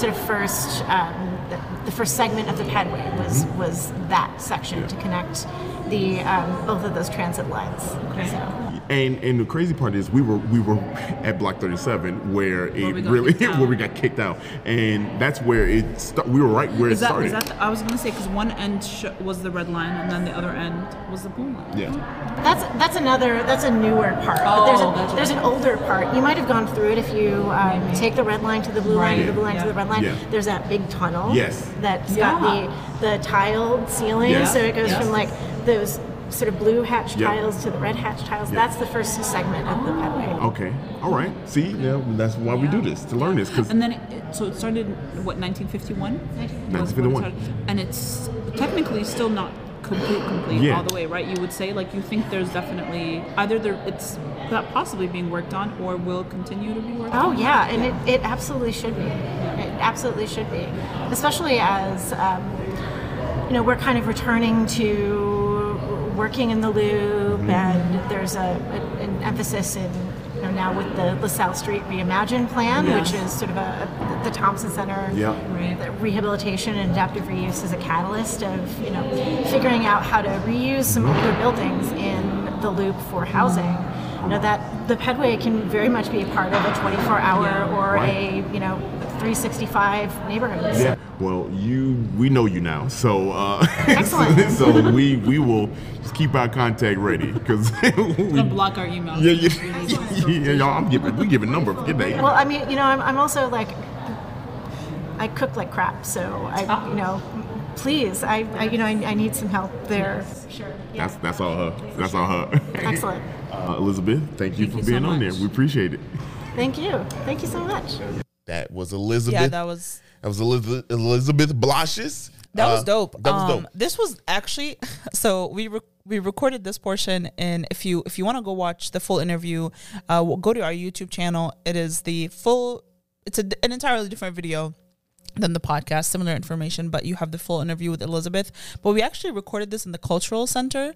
Speaker 3: sort of first um, the, the first segment of the Padway was was that section to connect the um, both of those transit lines. So.
Speaker 2: And and the crazy part is we were we were at Block 37 where it
Speaker 4: we got
Speaker 2: really
Speaker 4: kicked out.
Speaker 2: where we got kicked out, and that's where it st- we were right where
Speaker 4: Is
Speaker 2: it
Speaker 4: that,
Speaker 2: started.
Speaker 4: is that the, I was gonna say because one end sh- was the red line and then the other end was the blue line.
Speaker 2: yeah.
Speaker 3: That's that's another that's a newer part. but there's
Speaker 4: Oh, gotcha.
Speaker 3: a, there's an older part. You might have gone through it if you um, take the red line to the blue line to
Speaker 4: Right.
Speaker 3: the blue line
Speaker 4: Yeah.
Speaker 3: to the red line.
Speaker 2: Yeah.
Speaker 3: There's that big tunnel.
Speaker 2: Yes.
Speaker 3: That's
Speaker 4: Yeah.
Speaker 3: got the the tiled ceiling.
Speaker 2: Yeah.
Speaker 3: So it goes
Speaker 4: Yes.
Speaker 3: from like those sort of blue hatch
Speaker 2: Yeah.
Speaker 3: tiles to the red hatch tiles.
Speaker 2: Yeah. Oh.
Speaker 3: That's the first segment of the pedway.
Speaker 2: Okay. All right. See, yeah, that's why we do this to learn this because
Speaker 4: And then, it, so it started what 1951.
Speaker 2: 1951.
Speaker 4: and it's technically still not complete, complete
Speaker 2: Yeah.
Speaker 4: all the way, right? You would say like you think there's definitely either there it's that possibly being worked on or will continue to be worked
Speaker 3: Oh
Speaker 4: on.
Speaker 3: yeah, and it, it absolutely should be. It absolutely should be, especially as um, you know we're kind of returning to working in the loop,
Speaker 2: Mm-hmm.
Speaker 3: and there's a, a- an emphasis in you know, now with the LaSalle Street Reimagine plan,
Speaker 4: Yes.
Speaker 3: which is sort of a, the Thompson Center
Speaker 2: Yeah.
Speaker 4: Right.
Speaker 3: that rehabilitation and adaptive reuse is a catalyst of you know figuring out how to reuse some
Speaker 2: Mm-hmm.
Speaker 3: older buildings in the loop for housing. You know that the pedway can very much be a part of a 24-hour
Speaker 4: Yeah.
Speaker 3: or
Speaker 2: Right.
Speaker 3: a you know 365 neighborhood.
Speaker 2: Yeah. Well, you we know you now, so uh,
Speaker 3: Excellent.
Speaker 2: so we we will just keep our contact ready because we
Speaker 4: Gonna block our emails.
Speaker 2: yeah yeah, yeah, y'all. I'm giving we giving number. Forget that.
Speaker 3: Well, I mean, you know, I'm, I'm also like, I cook like crap, so I, you know, please, I, I you know, I, I need some help there. Sure. Yeah.
Speaker 2: That's that's all her. That's all her.
Speaker 3: Excellent.
Speaker 2: Uh, Elizabeth, thank you
Speaker 4: Thank
Speaker 2: for
Speaker 4: you so
Speaker 2: being on there.
Speaker 4: much.
Speaker 2: We appreciate it.
Speaker 3: Thank you. Thank you so much.
Speaker 2: That was Elizabeth.
Speaker 1: Yeah, that was
Speaker 2: That was Elizabeth, Elizabeth Bloshes.
Speaker 1: That
Speaker 2: Uh,
Speaker 1: was dope.
Speaker 2: That was
Speaker 1: um,
Speaker 2: dope.
Speaker 1: This was actually so we rec we recorded this portion, and if you if you want to go watch the full interview, uh, w- go to our YouTube channel. It is the full. It's a, d- an entirely different video than the podcast. Similar information, but you have the full interview with Elizabeth. But we actually recorded this in the cultural center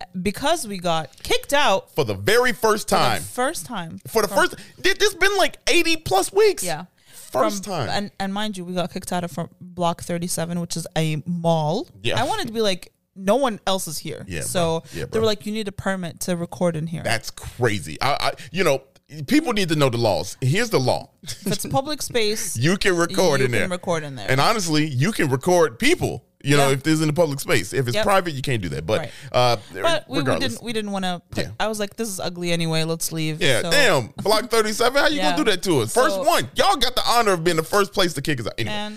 Speaker 1: uh, because we got kicked out
Speaker 2: For the very first time.
Speaker 1: first time
Speaker 2: For the first, this has been like 80 plus weeks.
Speaker 1: yeah.
Speaker 2: First
Speaker 1: From-
Speaker 2: time.
Speaker 1: And and mind you, we got kicked out of from block 37, which is a mall.
Speaker 2: Yeah.
Speaker 1: I wanted to be like, no one else is here.
Speaker 2: Yeah,
Speaker 1: So
Speaker 2: bro. Yeah,
Speaker 1: they
Speaker 2: bro.
Speaker 1: were like, you need a permit to record in here.
Speaker 2: That's crazy. I, I, you know, people need to know the laws. Here's the law.
Speaker 1: if it's a public space,
Speaker 2: You can record
Speaker 1: You
Speaker 2: in
Speaker 1: can
Speaker 2: there.
Speaker 1: record in there.
Speaker 2: And honestly, you can record people. You know,
Speaker 1: Yeah.
Speaker 2: if there's in the public space. If it's
Speaker 1: Yep.
Speaker 2: private, you can't do that. But,
Speaker 1: Right.
Speaker 2: uh,
Speaker 1: but we, we
Speaker 2: regardless.
Speaker 1: didn't we didn't want to.
Speaker 2: Yeah.
Speaker 1: I was like, this is ugly anyway. Let's leave.
Speaker 2: Yeah,
Speaker 1: So-
Speaker 2: damn. Block 37, how you
Speaker 1: Yeah.
Speaker 2: gonna do that to us? First
Speaker 1: So-
Speaker 2: one. Y'all got the honor of being the first place to kick us out. Anyway,
Speaker 1: And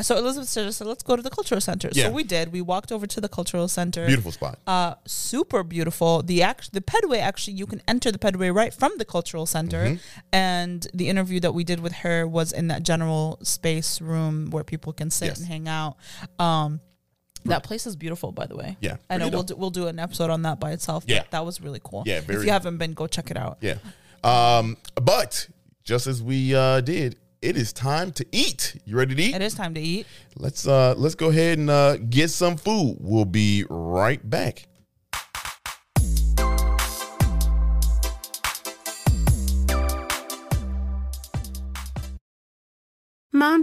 Speaker 1: so Elizabeth suggested, let's go to the cultural center.
Speaker 2: Yeah.
Speaker 1: So we did. We walked over to the cultural center.
Speaker 2: beautiful spot.
Speaker 1: uh, super beautiful. The act, the Pedway actually, you can enter the Pedway right from the cultural center.
Speaker 2: Mm-hmm.
Speaker 1: And the interview that we did with her was in that general space room where people can sit
Speaker 2: Yes.
Speaker 1: and hang out. Um, that place is beautiful, by the way.
Speaker 2: Yeah,
Speaker 1: I know
Speaker 2: pretty
Speaker 1: we'll
Speaker 2: dope.
Speaker 1: do, we'll do an episode on that by itself. but
Speaker 2: Yeah.
Speaker 1: that was really cool.
Speaker 2: Yeah, very-
Speaker 1: If you haven't been, go check it out.
Speaker 2: yeah. Um, but just as we uh did, it is time to eat. You ready to eat?
Speaker 1: It is time to eat.
Speaker 2: Let's uh let's go ahead and uh get some food. We'll be right back.
Speaker 5: Mom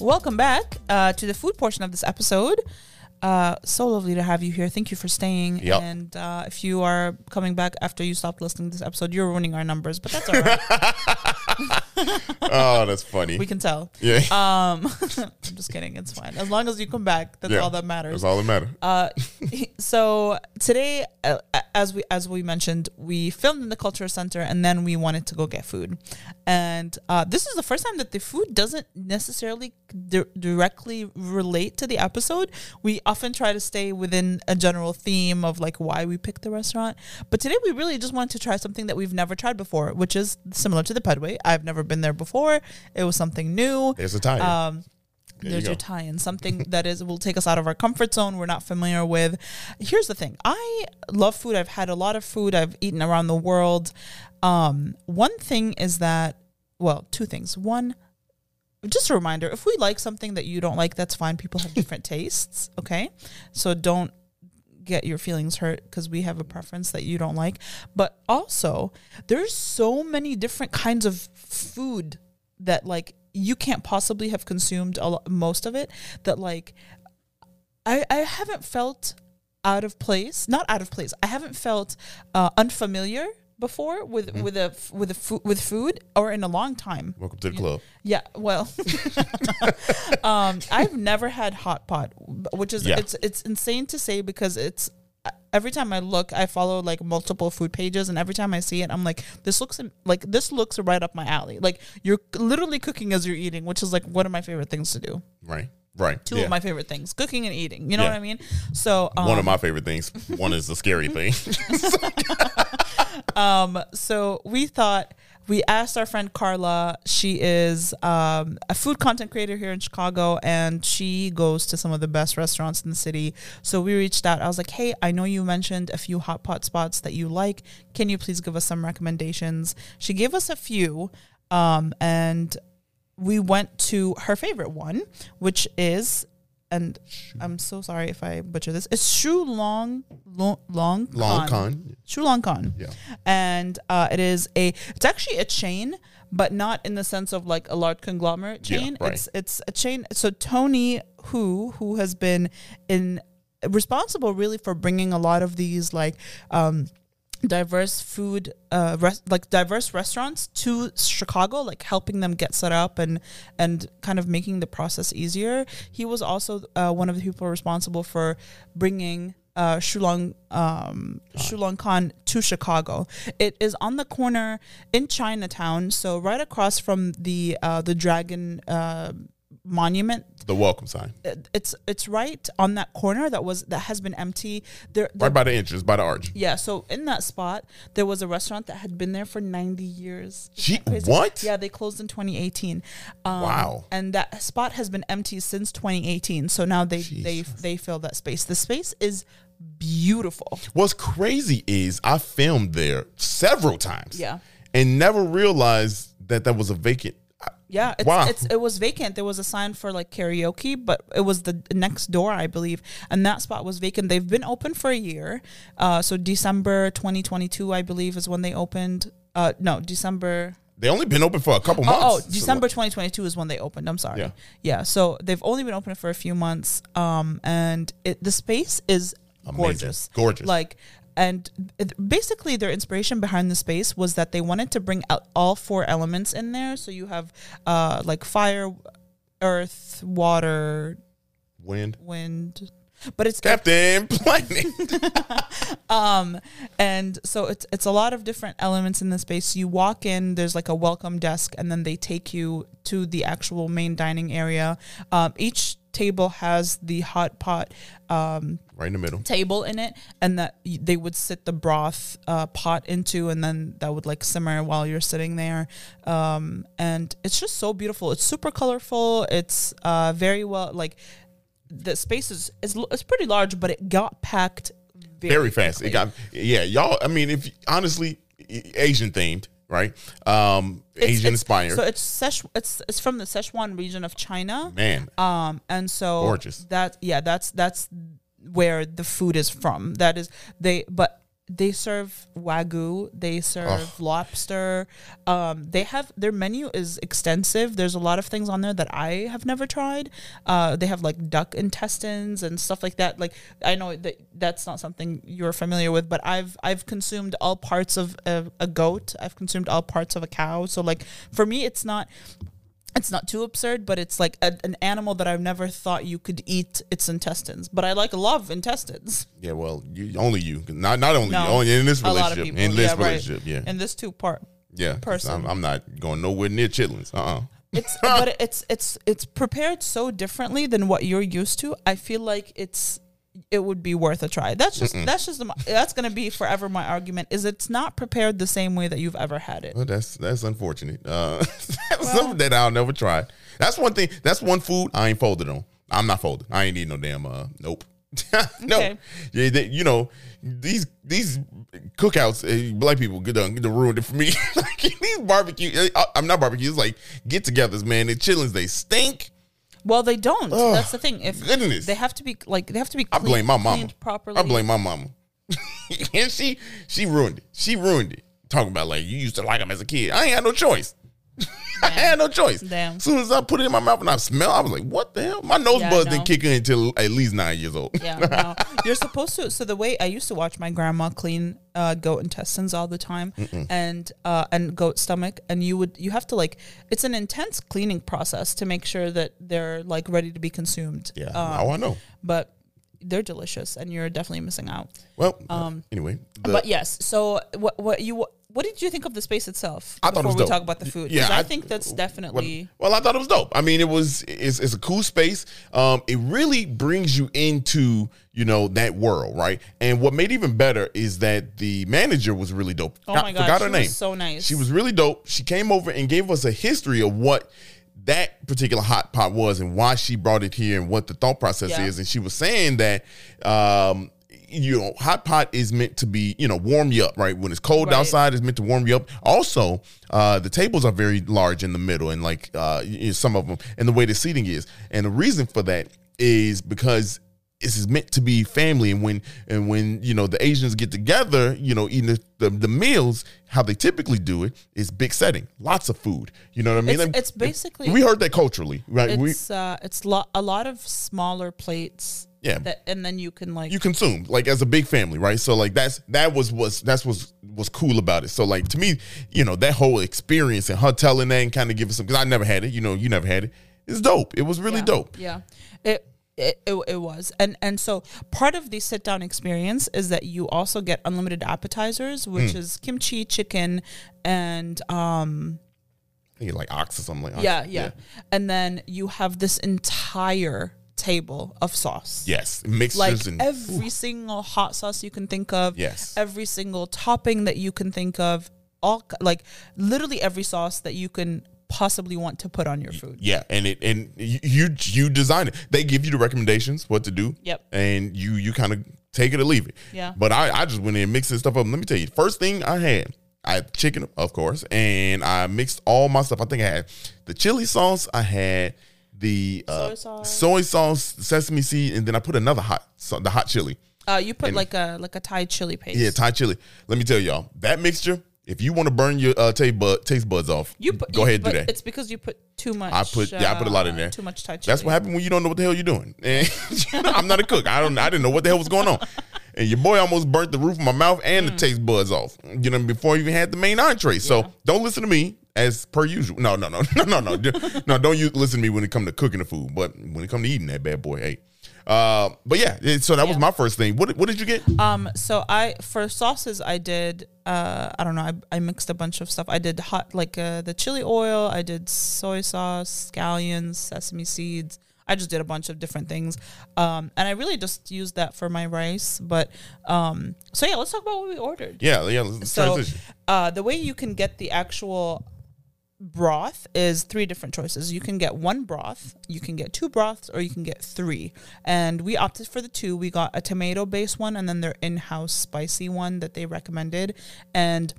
Speaker 1: Welcome back uh, to the food portion of this episode. Uh, so lovely to have you here. Thank you for staying.
Speaker 2: Yep.
Speaker 1: And uh, if you are coming back after you stopped listening to this episode, you're ruining our numbers, but that's all right.
Speaker 2: Oh, that's funny.
Speaker 1: we can tell.
Speaker 2: yeah.
Speaker 1: Um, I'm just kidding. It's fine. As long as you come back, that's
Speaker 2: Yeah.
Speaker 1: all that matters.
Speaker 2: That's all that matters.
Speaker 1: Uh, so today, uh, as we as we mentioned, we filmed in the culture center, and then we wanted to go get food. And uh, this is the first time that the food doesn't necessarily di- directly relate to the episode. We often try to stay within a general theme of like why we picked the restaurant, but today we really just wanted to try something that we've never tried before, which is similar to the Pedway. I've never been there before. It was something new.
Speaker 2: There's a tire.
Speaker 1: Um,
Speaker 2: There you
Speaker 1: there's
Speaker 2: go.
Speaker 1: your tie-in something that is will take us out of our comfort zone we're not familiar with here's the thing i love food i've had a lot of food i've eaten around the world um, one thing is that well two things one just a reminder if we like something that you don't like that's fine people have different tastes okay so don't get your feelings hurt because we have a preference that you don't like but also there's so many different kinds of food that like you can't possibly have consumed a lot, most of it that like I, I haven't felt out of place not out of place i haven't felt uh, unfamiliar before with with a f- with a food with food or in a long time
Speaker 2: Welcome to the club.
Speaker 1: yeah, well, um, I've never had hot pot, which is
Speaker 2: Yeah.
Speaker 1: it's it's insane to say because it's every time I look, I follow like multiple food pages, and every time I see it, I'm like, this looks like this looks right up my alley. Like you're literally cooking as you're eating, which is like one of my favorite things to do.
Speaker 2: Right. Right.
Speaker 1: Two
Speaker 2: yeah.
Speaker 1: of my favorite things: cooking and eating. You know
Speaker 2: Yeah.
Speaker 1: what I mean? So um,
Speaker 2: One of my favorite things. One is the scary thing.
Speaker 1: so we thought we asked our friend Carla. She is um, a food content creator here in Chicago, and she goes to some of the best restaurants in the city. So we reached out. I was like, "Hey, I know you mentioned a few hot pot spots that you like. Can you please give us some recommendations?" She gave us a few, um, and we went to her favorite one, which is. And I'm so sorry if I butcher this. It's Shu Long Long Long
Speaker 2: Long con.
Speaker 1: Shulang Khan. Yeah. And uh, it is a it's actually a chain, but not in the sense of like a large conglomerate
Speaker 2: Yeah,
Speaker 1: chain.
Speaker 2: right.
Speaker 1: It's it's a chain. So Tony who who has been in responsible really for bringing a lot of these like um diverse food uh res- like diverse restaurants to chicago like helping them get set up and and kind of making the process easier he was also uh, one of the people responsible for bringing uh shulong um shulong khan to chicago it is on the corner in chinatown so right across from the uh the dragon uh monument
Speaker 2: The welcome sign.
Speaker 1: It- it's it's right on that corner that was that has been empty there
Speaker 2: Right by the entrance, by the arch.
Speaker 1: yeah, so in that spot, there was a restaurant that had been there for 90 years.
Speaker 2: Gee,
Speaker 1: Crazy.
Speaker 2: what?
Speaker 1: Yeah, they closed in 2018. Um,
Speaker 2: Wow.
Speaker 1: And that spot has been empty since 2018. So now they they they fill that space. The space is beautiful.
Speaker 2: What's crazy is I filmed there several times.
Speaker 1: Yeah.
Speaker 2: And never realized that that was a vacant.
Speaker 1: Yeah, it's,
Speaker 2: Wow.
Speaker 1: it's uh, it was vacant. There was a sign for like karaoke, but it was the next door, I believe, and that spot was vacant. They've been open for a year, uh, so December 2022, I believe, is when they opened. Uh, no, December
Speaker 2: They only been open for a couple
Speaker 1: Oh,
Speaker 2: months.
Speaker 1: oh,
Speaker 2: So
Speaker 1: December
Speaker 2: what-
Speaker 1: 2022 is when they opened. I'm sorry.
Speaker 2: Yeah.
Speaker 1: Yeah. So they've only been open for a few months. Um, and it, the space is
Speaker 2: Amazing.
Speaker 1: gorgeous.
Speaker 2: Gorgeous.
Speaker 1: Like, and it, basically their inspiration behind the space was that they wanted to bring out all four elements in there. So you have, uh, like fire, earth, water,
Speaker 2: Wind.
Speaker 1: wind, but it's
Speaker 2: Captain Planet.
Speaker 1: and so it's it's a lot of different elements in the space. You walk in, there's like a welcome desk, and then they take you to the actual main dining area. Um, each table has the hot pot um,
Speaker 2: right in the middle.
Speaker 1: table in it, and that y- they would sit the broth uh, pot into, and then that would like simmer while you're sitting there. Um, and it's just so beautiful. It's super colorful. It's uh, very well like the space is, is l- it's pretty large, but it got packed.
Speaker 2: very fast. It got yeah, y'all. I mean, if honestly, e, Asian themed, right? Um,
Speaker 1: It's-
Speaker 2: Asian
Speaker 1: it's-
Speaker 2: inspired.
Speaker 1: So it's Szechuan, it's it's from the Sichuan region of China.
Speaker 2: Man,
Speaker 1: Um, and so
Speaker 2: Gorgeous.
Speaker 1: That yeah, that's that's where the food is from. That is they, but they serve wagyu they serve lobster um, they have their menu is extensive there's a lot of things on there that i have never tried uh, they have like duck intestines and stuff like that like i know that that's not something you're familiar with but i've i've consumed all parts of a, a goat i've consumed all parts of a cow so like for me it's not it's not too absurd, but it's like a, an animal that I've never thought you could eat its intestines. But I like love intestines.
Speaker 6: Yeah, well, you, only you. Not not only
Speaker 1: No,
Speaker 6: you, only in this
Speaker 1: a lot of
Speaker 6: relationship.
Speaker 1: people.
Speaker 6: In this
Speaker 1: Yeah, right.
Speaker 6: relationship, yeah.
Speaker 1: In this two part.
Speaker 6: yeah. 'cause
Speaker 1: person.
Speaker 6: I'm, I'm not going nowhere near chitlins. Uh-uh.
Speaker 1: It's but it's it's it's prepared so differently than what you're used to. I feel like it's it would be worth a try. That's just that's just my- that's going to be forever my argument is it's not prepared the same way that you've ever had it.
Speaker 6: Well, that's that's unfortunate. Uh, that's something that I'll never try. That's one thing. That's one food I ain't folded on. I'm not folded. I ain't eating no damn. Uh, nope. no.
Speaker 1: Okay.
Speaker 6: Yeah, they, you know these these cookouts. Uh, black people get done get done ruined it for me. like these barbecue. uh, I'm not barbecue. It's like get-togethers, man. The chillings they stink.
Speaker 1: Well, they don't. that's the thing. If
Speaker 6: goodness.
Speaker 1: they have to be like they have to be
Speaker 6: I
Speaker 1: clean,
Speaker 6: blame my mama.
Speaker 1: cleaned properly.
Speaker 6: I blame my mama. and she she ruined it. She ruined it. Talking about like you used to like them as a kid. I ain't had no choice. I had no choice.
Speaker 1: Damn.
Speaker 6: As soon as I put it in my mouth and I smell, I was like, "What the hell?" My nose
Speaker 1: Yeah, I
Speaker 6: buds
Speaker 1: know.
Speaker 6: didn't kick in until at least nine years old.
Speaker 1: Yeah, no. You're supposed to. So the way I used to watch my grandma clean uh, goat intestines all the time, and uh, and goat stomach, and you would you have to like it's an intense cleaning process to make sure that they're like ready to be consumed.
Speaker 6: Yeah,
Speaker 1: Um,
Speaker 6: now I know.
Speaker 1: but they're delicious, and you're definitely missing out.
Speaker 6: Well, anyway, the-
Speaker 1: um, but yes, so what what you what did you think of the space itself?
Speaker 6: I thought it
Speaker 1: before
Speaker 6: was
Speaker 1: we
Speaker 6: dope.
Speaker 1: talk about the food, 'Cause
Speaker 6: Yeah,
Speaker 1: I,
Speaker 6: I-
Speaker 1: think that's definitely.
Speaker 6: Well, well, I thought it was dope. I mean, it was it's, it's a cool space. Um, it really brings you into you know that world, right? And what made it even better is that the manager was really dope.
Speaker 1: Oh
Speaker 6: I
Speaker 1: my God,
Speaker 6: forgot her
Speaker 1: she was
Speaker 6: name.
Speaker 1: so nice.
Speaker 6: She was really dope. She came over and gave us a history of what that particular hot pot was and why she brought it here and what the thought process
Speaker 1: Yeah.
Speaker 6: is. And she was saying that. Um, you know, hot pot is meant to be, you know, warm you up, right? When it's cold
Speaker 1: Right.
Speaker 6: outside outside is meant to warm you up. Also, uh, the tables are very large in the middle, and like uh, y- y- some of them, and the way the seating is. And the reason for that is because this is meant to be family. And when and when you know the Asians get together, you know, eating the, the, the meals, how they typically do it is big setting, lots of food. You know what I mean?
Speaker 1: It's-
Speaker 6: And-
Speaker 1: it's basically-
Speaker 6: we heard that culturally, right? we
Speaker 1: It's uh, it's lo- a lot of smaller plates.
Speaker 6: Yeah.
Speaker 1: That, and then you can like
Speaker 6: you consume like as a big family, right? So like that's that was was that's was was cool about it. So like to me, you know, that whole experience and her telling that and kind of giving some because I never had it. You know, you never had it. It's dope. It was really
Speaker 1: yeah.
Speaker 6: dope.
Speaker 1: Yeah, it, it it it was, and and so part of the sit down experience is that you also get unlimited appetizers, which
Speaker 6: Hmm.
Speaker 1: is kimchi, chicken, and um
Speaker 6: I think it like ox or something like
Speaker 1: yeah, yeah, and then you have this entire table of sauce.
Speaker 6: Yes, mixtures
Speaker 1: Like
Speaker 6: and
Speaker 1: every single hot sauce you can think of,
Speaker 6: Yes.
Speaker 1: Every single topping that you can think of, all ki- like literally every sauce that you can possibly want to put on your food.
Speaker 6: yeah, and it and you you- you design it. They give you the recommendations what to do.
Speaker 1: Yep.
Speaker 6: And you you kind of take it or leave it.
Speaker 1: Yeah.
Speaker 6: But I I just went in mixing stuff up. Let me tell you, first thing I had. I had chicken, of course, and I mixed all my stuff. I think I had the chili sauce. I had the uh,
Speaker 1: Soy sauce.
Speaker 6: soy sauce, sesame seed, and then I put another hot, so the hot chili.
Speaker 1: Uh, you put like a like a Thai chili paste.
Speaker 6: Yeah, Thai chili. Let me tell y'all that mixture. If you want to burn your uh, taste, bud, taste buds off,
Speaker 1: You put,
Speaker 6: go
Speaker 1: you-
Speaker 6: ahead and
Speaker 1: but
Speaker 6: do that.
Speaker 1: It's because you put too much.
Speaker 6: I put yeah, I put a lot in
Speaker 1: uh,
Speaker 6: there.
Speaker 1: Too much touch.
Speaker 6: That's what happened when you don't know what the hell you're doing. And I'm not a cook. I don't. I didn't know what the hell was going on. And your boy almost burnt the roof of my mouth and
Speaker 1: Mm.
Speaker 6: the taste buds off. You know, before you even had the main entree. So don't listen to me as per usual. No, no, no, no, no, no, no. Don't you listen to me when it comes to cooking the food, but when it comes to eating that bad boy, hey. Uh, but yeah, it- so that was my first thing. What what did you get?
Speaker 1: Um. So I for sauces I did. Uh. I don't know. I, I mixed a bunch of stuff. I did hot like uh, the chili oil. I did soy sauce, scallions, sesame seeds. I just did a bunch of different things. Um. And I really just used that for my rice. But um. So yeah, let's talk about what we ordered.
Speaker 6: yeah, yeah. Let's
Speaker 1: So,
Speaker 6: transition.
Speaker 1: uh, the way you can get the actual broth is three different choices. You can get one broth, you can get two broths, or you can get three. And we opted for the two. We got a tomato based one and then their in house spicy one that they recommended. And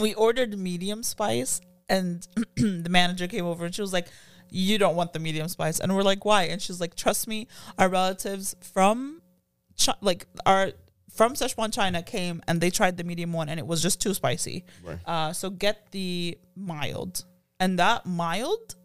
Speaker 1: we ordered medium spice, and the manager came over and she was like, you don't want the medium spice. And we're like, why? And she's like, trust me, our relatives from Chi- like our from Sichuan, China came and they tried the medium one and it was just too spicy. Uh, so get the mild. And that mild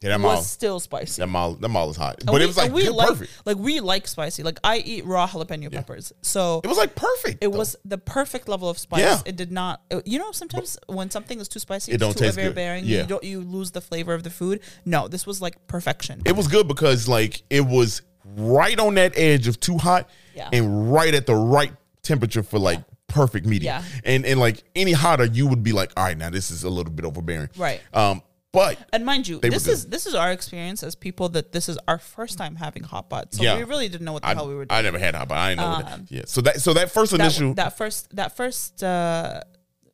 Speaker 6: Yeah, that
Speaker 1: was
Speaker 6: mall,
Speaker 1: still spicy.
Speaker 6: that mall, that mall is hot.
Speaker 1: And
Speaker 6: But
Speaker 1: we-
Speaker 6: it was like
Speaker 1: and we
Speaker 6: yeah,
Speaker 1: like,
Speaker 6: perfect.
Speaker 1: Like we like spicy. Like I eat raw jalapeno peppers. So
Speaker 6: It was like perfect.
Speaker 1: it
Speaker 6: though.
Speaker 1: was the perfect level of spice.
Speaker 6: Yeah.
Speaker 1: It did not. it- you know, sometimes when something is too spicy,
Speaker 6: It
Speaker 1: it's
Speaker 6: don't
Speaker 1: too
Speaker 6: taste good.
Speaker 1: overbearing.
Speaker 6: Yeah.
Speaker 1: You don't. You lose the flavor of the food. No, this was like perfection.
Speaker 6: It was good because like it was right on that edge of too hot
Speaker 1: Yeah.
Speaker 6: and right at the right temperature for like perfect medium.
Speaker 1: Yeah.
Speaker 6: And and like any hotter, you would be like, all right, now this is a little bit overbearing.
Speaker 1: Right.
Speaker 6: Um, but
Speaker 1: and mind you,
Speaker 6: They were
Speaker 1: this
Speaker 6: good.
Speaker 1: is this is our experience as people that this is our first time having hot pot. So
Speaker 6: Yeah.
Speaker 1: we really didn't know what the
Speaker 6: I,
Speaker 1: hell we were doing.
Speaker 6: I never had hot, but I didn't know that. Yeah. So that so that first
Speaker 1: that,
Speaker 6: initial
Speaker 1: that first that first uh,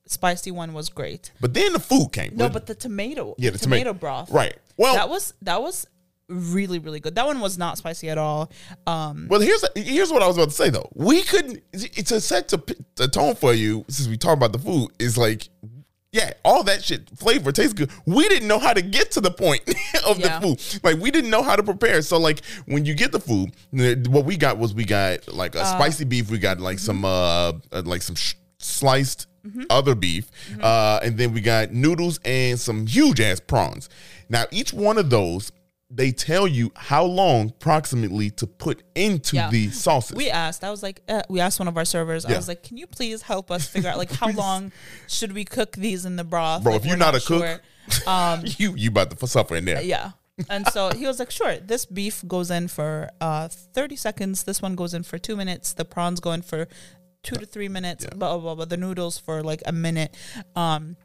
Speaker 1: spicy one was great.
Speaker 6: but then the food came.
Speaker 1: No, but the tomato,
Speaker 6: Yeah,
Speaker 1: yeah,
Speaker 6: the
Speaker 1: the
Speaker 6: tomato-
Speaker 1: tomato, broth,
Speaker 6: right. Oh. Well-
Speaker 1: that was that was really really good. That one was not spicy at all. Um,
Speaker 6: Well, here's here's what I was about to say though. We couldn't. It's a set to p- the tone for you since we talk about the food is like, yeah, all that shit flavor tastes good. We didn't know how to get to the point of
Speaker 1: Yeah.
Speaker 6: the food. Like we didn't know how to prepare. So like when you get the food, n- what we got was we got like
Speaker 1: Uh.
Speaker 6: a spicy beef. We got like some uh
Speaker 1: Mm-hmm.
Speaker 6: uh, like some sh- sliced. Other beef, uh, and then we got noodles and some huge ass prawns. Now, each one of those, they tell you how long, approximately, to put into
Speaker 1: Yeah.
Speaker 6: the sauces.
Speaker 1: we asked. I was like, uh, we asked one of our servers.
Speaker 6: Yeah.
Speaker 1: I was like, can you please help us figure out like how long should we cook these in the broth?
Speaker 6: Bro,
Speaker 1: Like,
Speaker 6: if you're
Speaker 1: we're
Speaker 6: not a cook-
Speaker 1: sure. um,
Speaker 6: you you about to suffer in there.
Speaker 1: yeah. And so he was like, sure, this beef goes in for uh, 30 seconds. This one goes in for two minutes. The prawns go in for two to three minutes. Blah, blah, blah, blah. The noodles for like a minute. Um,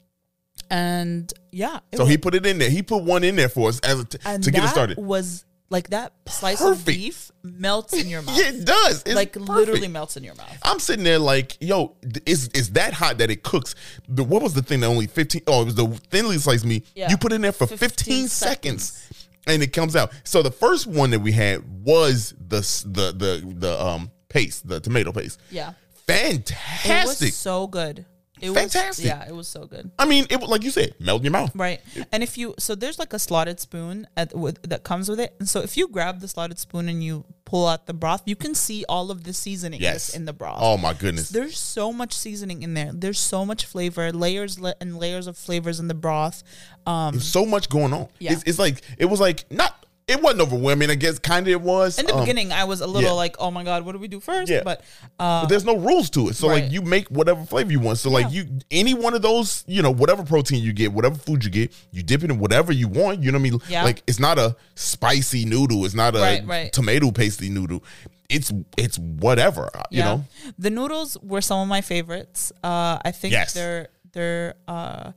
Speaker 1: and yeah. it
Speaker 6: So
Speaker 1: was-
Speaker 6: he put it in there. He put one in there for us as a t-
Speaker 1: and
Speaker 6: to get it
Speaker 1: that
Speaker 6: started.
Speaker 1: was like that slice
Speaker 6: Perfect.
Speaker 1: of beef melts in your mouth.
Speaker 6: Yeah, it does. It's
Speaker 1: like
Speaker 6: perfect.
Speaker 1: literally melts in your mouth.
Speaker 6: I'm sitting there like, yo, th- it's it's that hot that it cooks. The, what was the thing that only 15? Oh, it was the thinly sliced meat.
Speaker 1: Yeah.
Speaker 6: You put it in there for 15,
Speaker 1: 15
Speaker 6: seconds. and it comes out. So the first one that we had was the s- the the the um paste, the tomato paste.
Speaker 1: Yeah. It
Speaker 6: fantastic.
Speaker 1: was so good. It
Speaker 6: Fantastic.
Speaker 1: Was, yeah, it was so good.
Speaker 6: I mean, it was- like you said, melt in your mouth.
Speaker 1: Right. And if you so there's like a slotted spoon at, with, that comes with it. And so if you grab the slotted spoon and you pull out the broth, you can see all of the seasoning
Speaker 6: Yes,
Speaker 1: that's in the broth.
Speaker 6: Oh my goodness.
Speaker 1: There's so much seasoning in there. There's so much flavor, layers la- and layers of flavors in the broth. Um,
Speaker 6: so much going on.
Speaker 1: Yeah.
Speaker 6: It's, it's like it was like not. It wasn't overwhelming. I guess kind of it was.
Speaker 1: in the
Speaker 6: um,
Speaker 1: beginning, I was a little
Speaker 6: yeah.
Speaker 1: like, "Oh my god, what do we do first?
Speaker 6: Yeah.
Speaker 1: But uh,
Speaker 6: but there's no rules to it. So like
Speaker 1: Right.
Speaker 6: you make whatever flavor you want. So like you any one of those, you know, whatever protein you get, whatever food you get, you dip it in whatever you want. You know what I mean?
Speaker 1: Yeah.
Speaker 6: Like it's not a spicy noodle. It's not a
Speaker 1: Right, right.
Speaker 6: tomato pasty noodle. It's it's whatever. uh, You know.
Speaker 1: the noodles were some of my favorites. Uh, I think
Speaker 6: Yes.
Speaker 1: they're they're uh,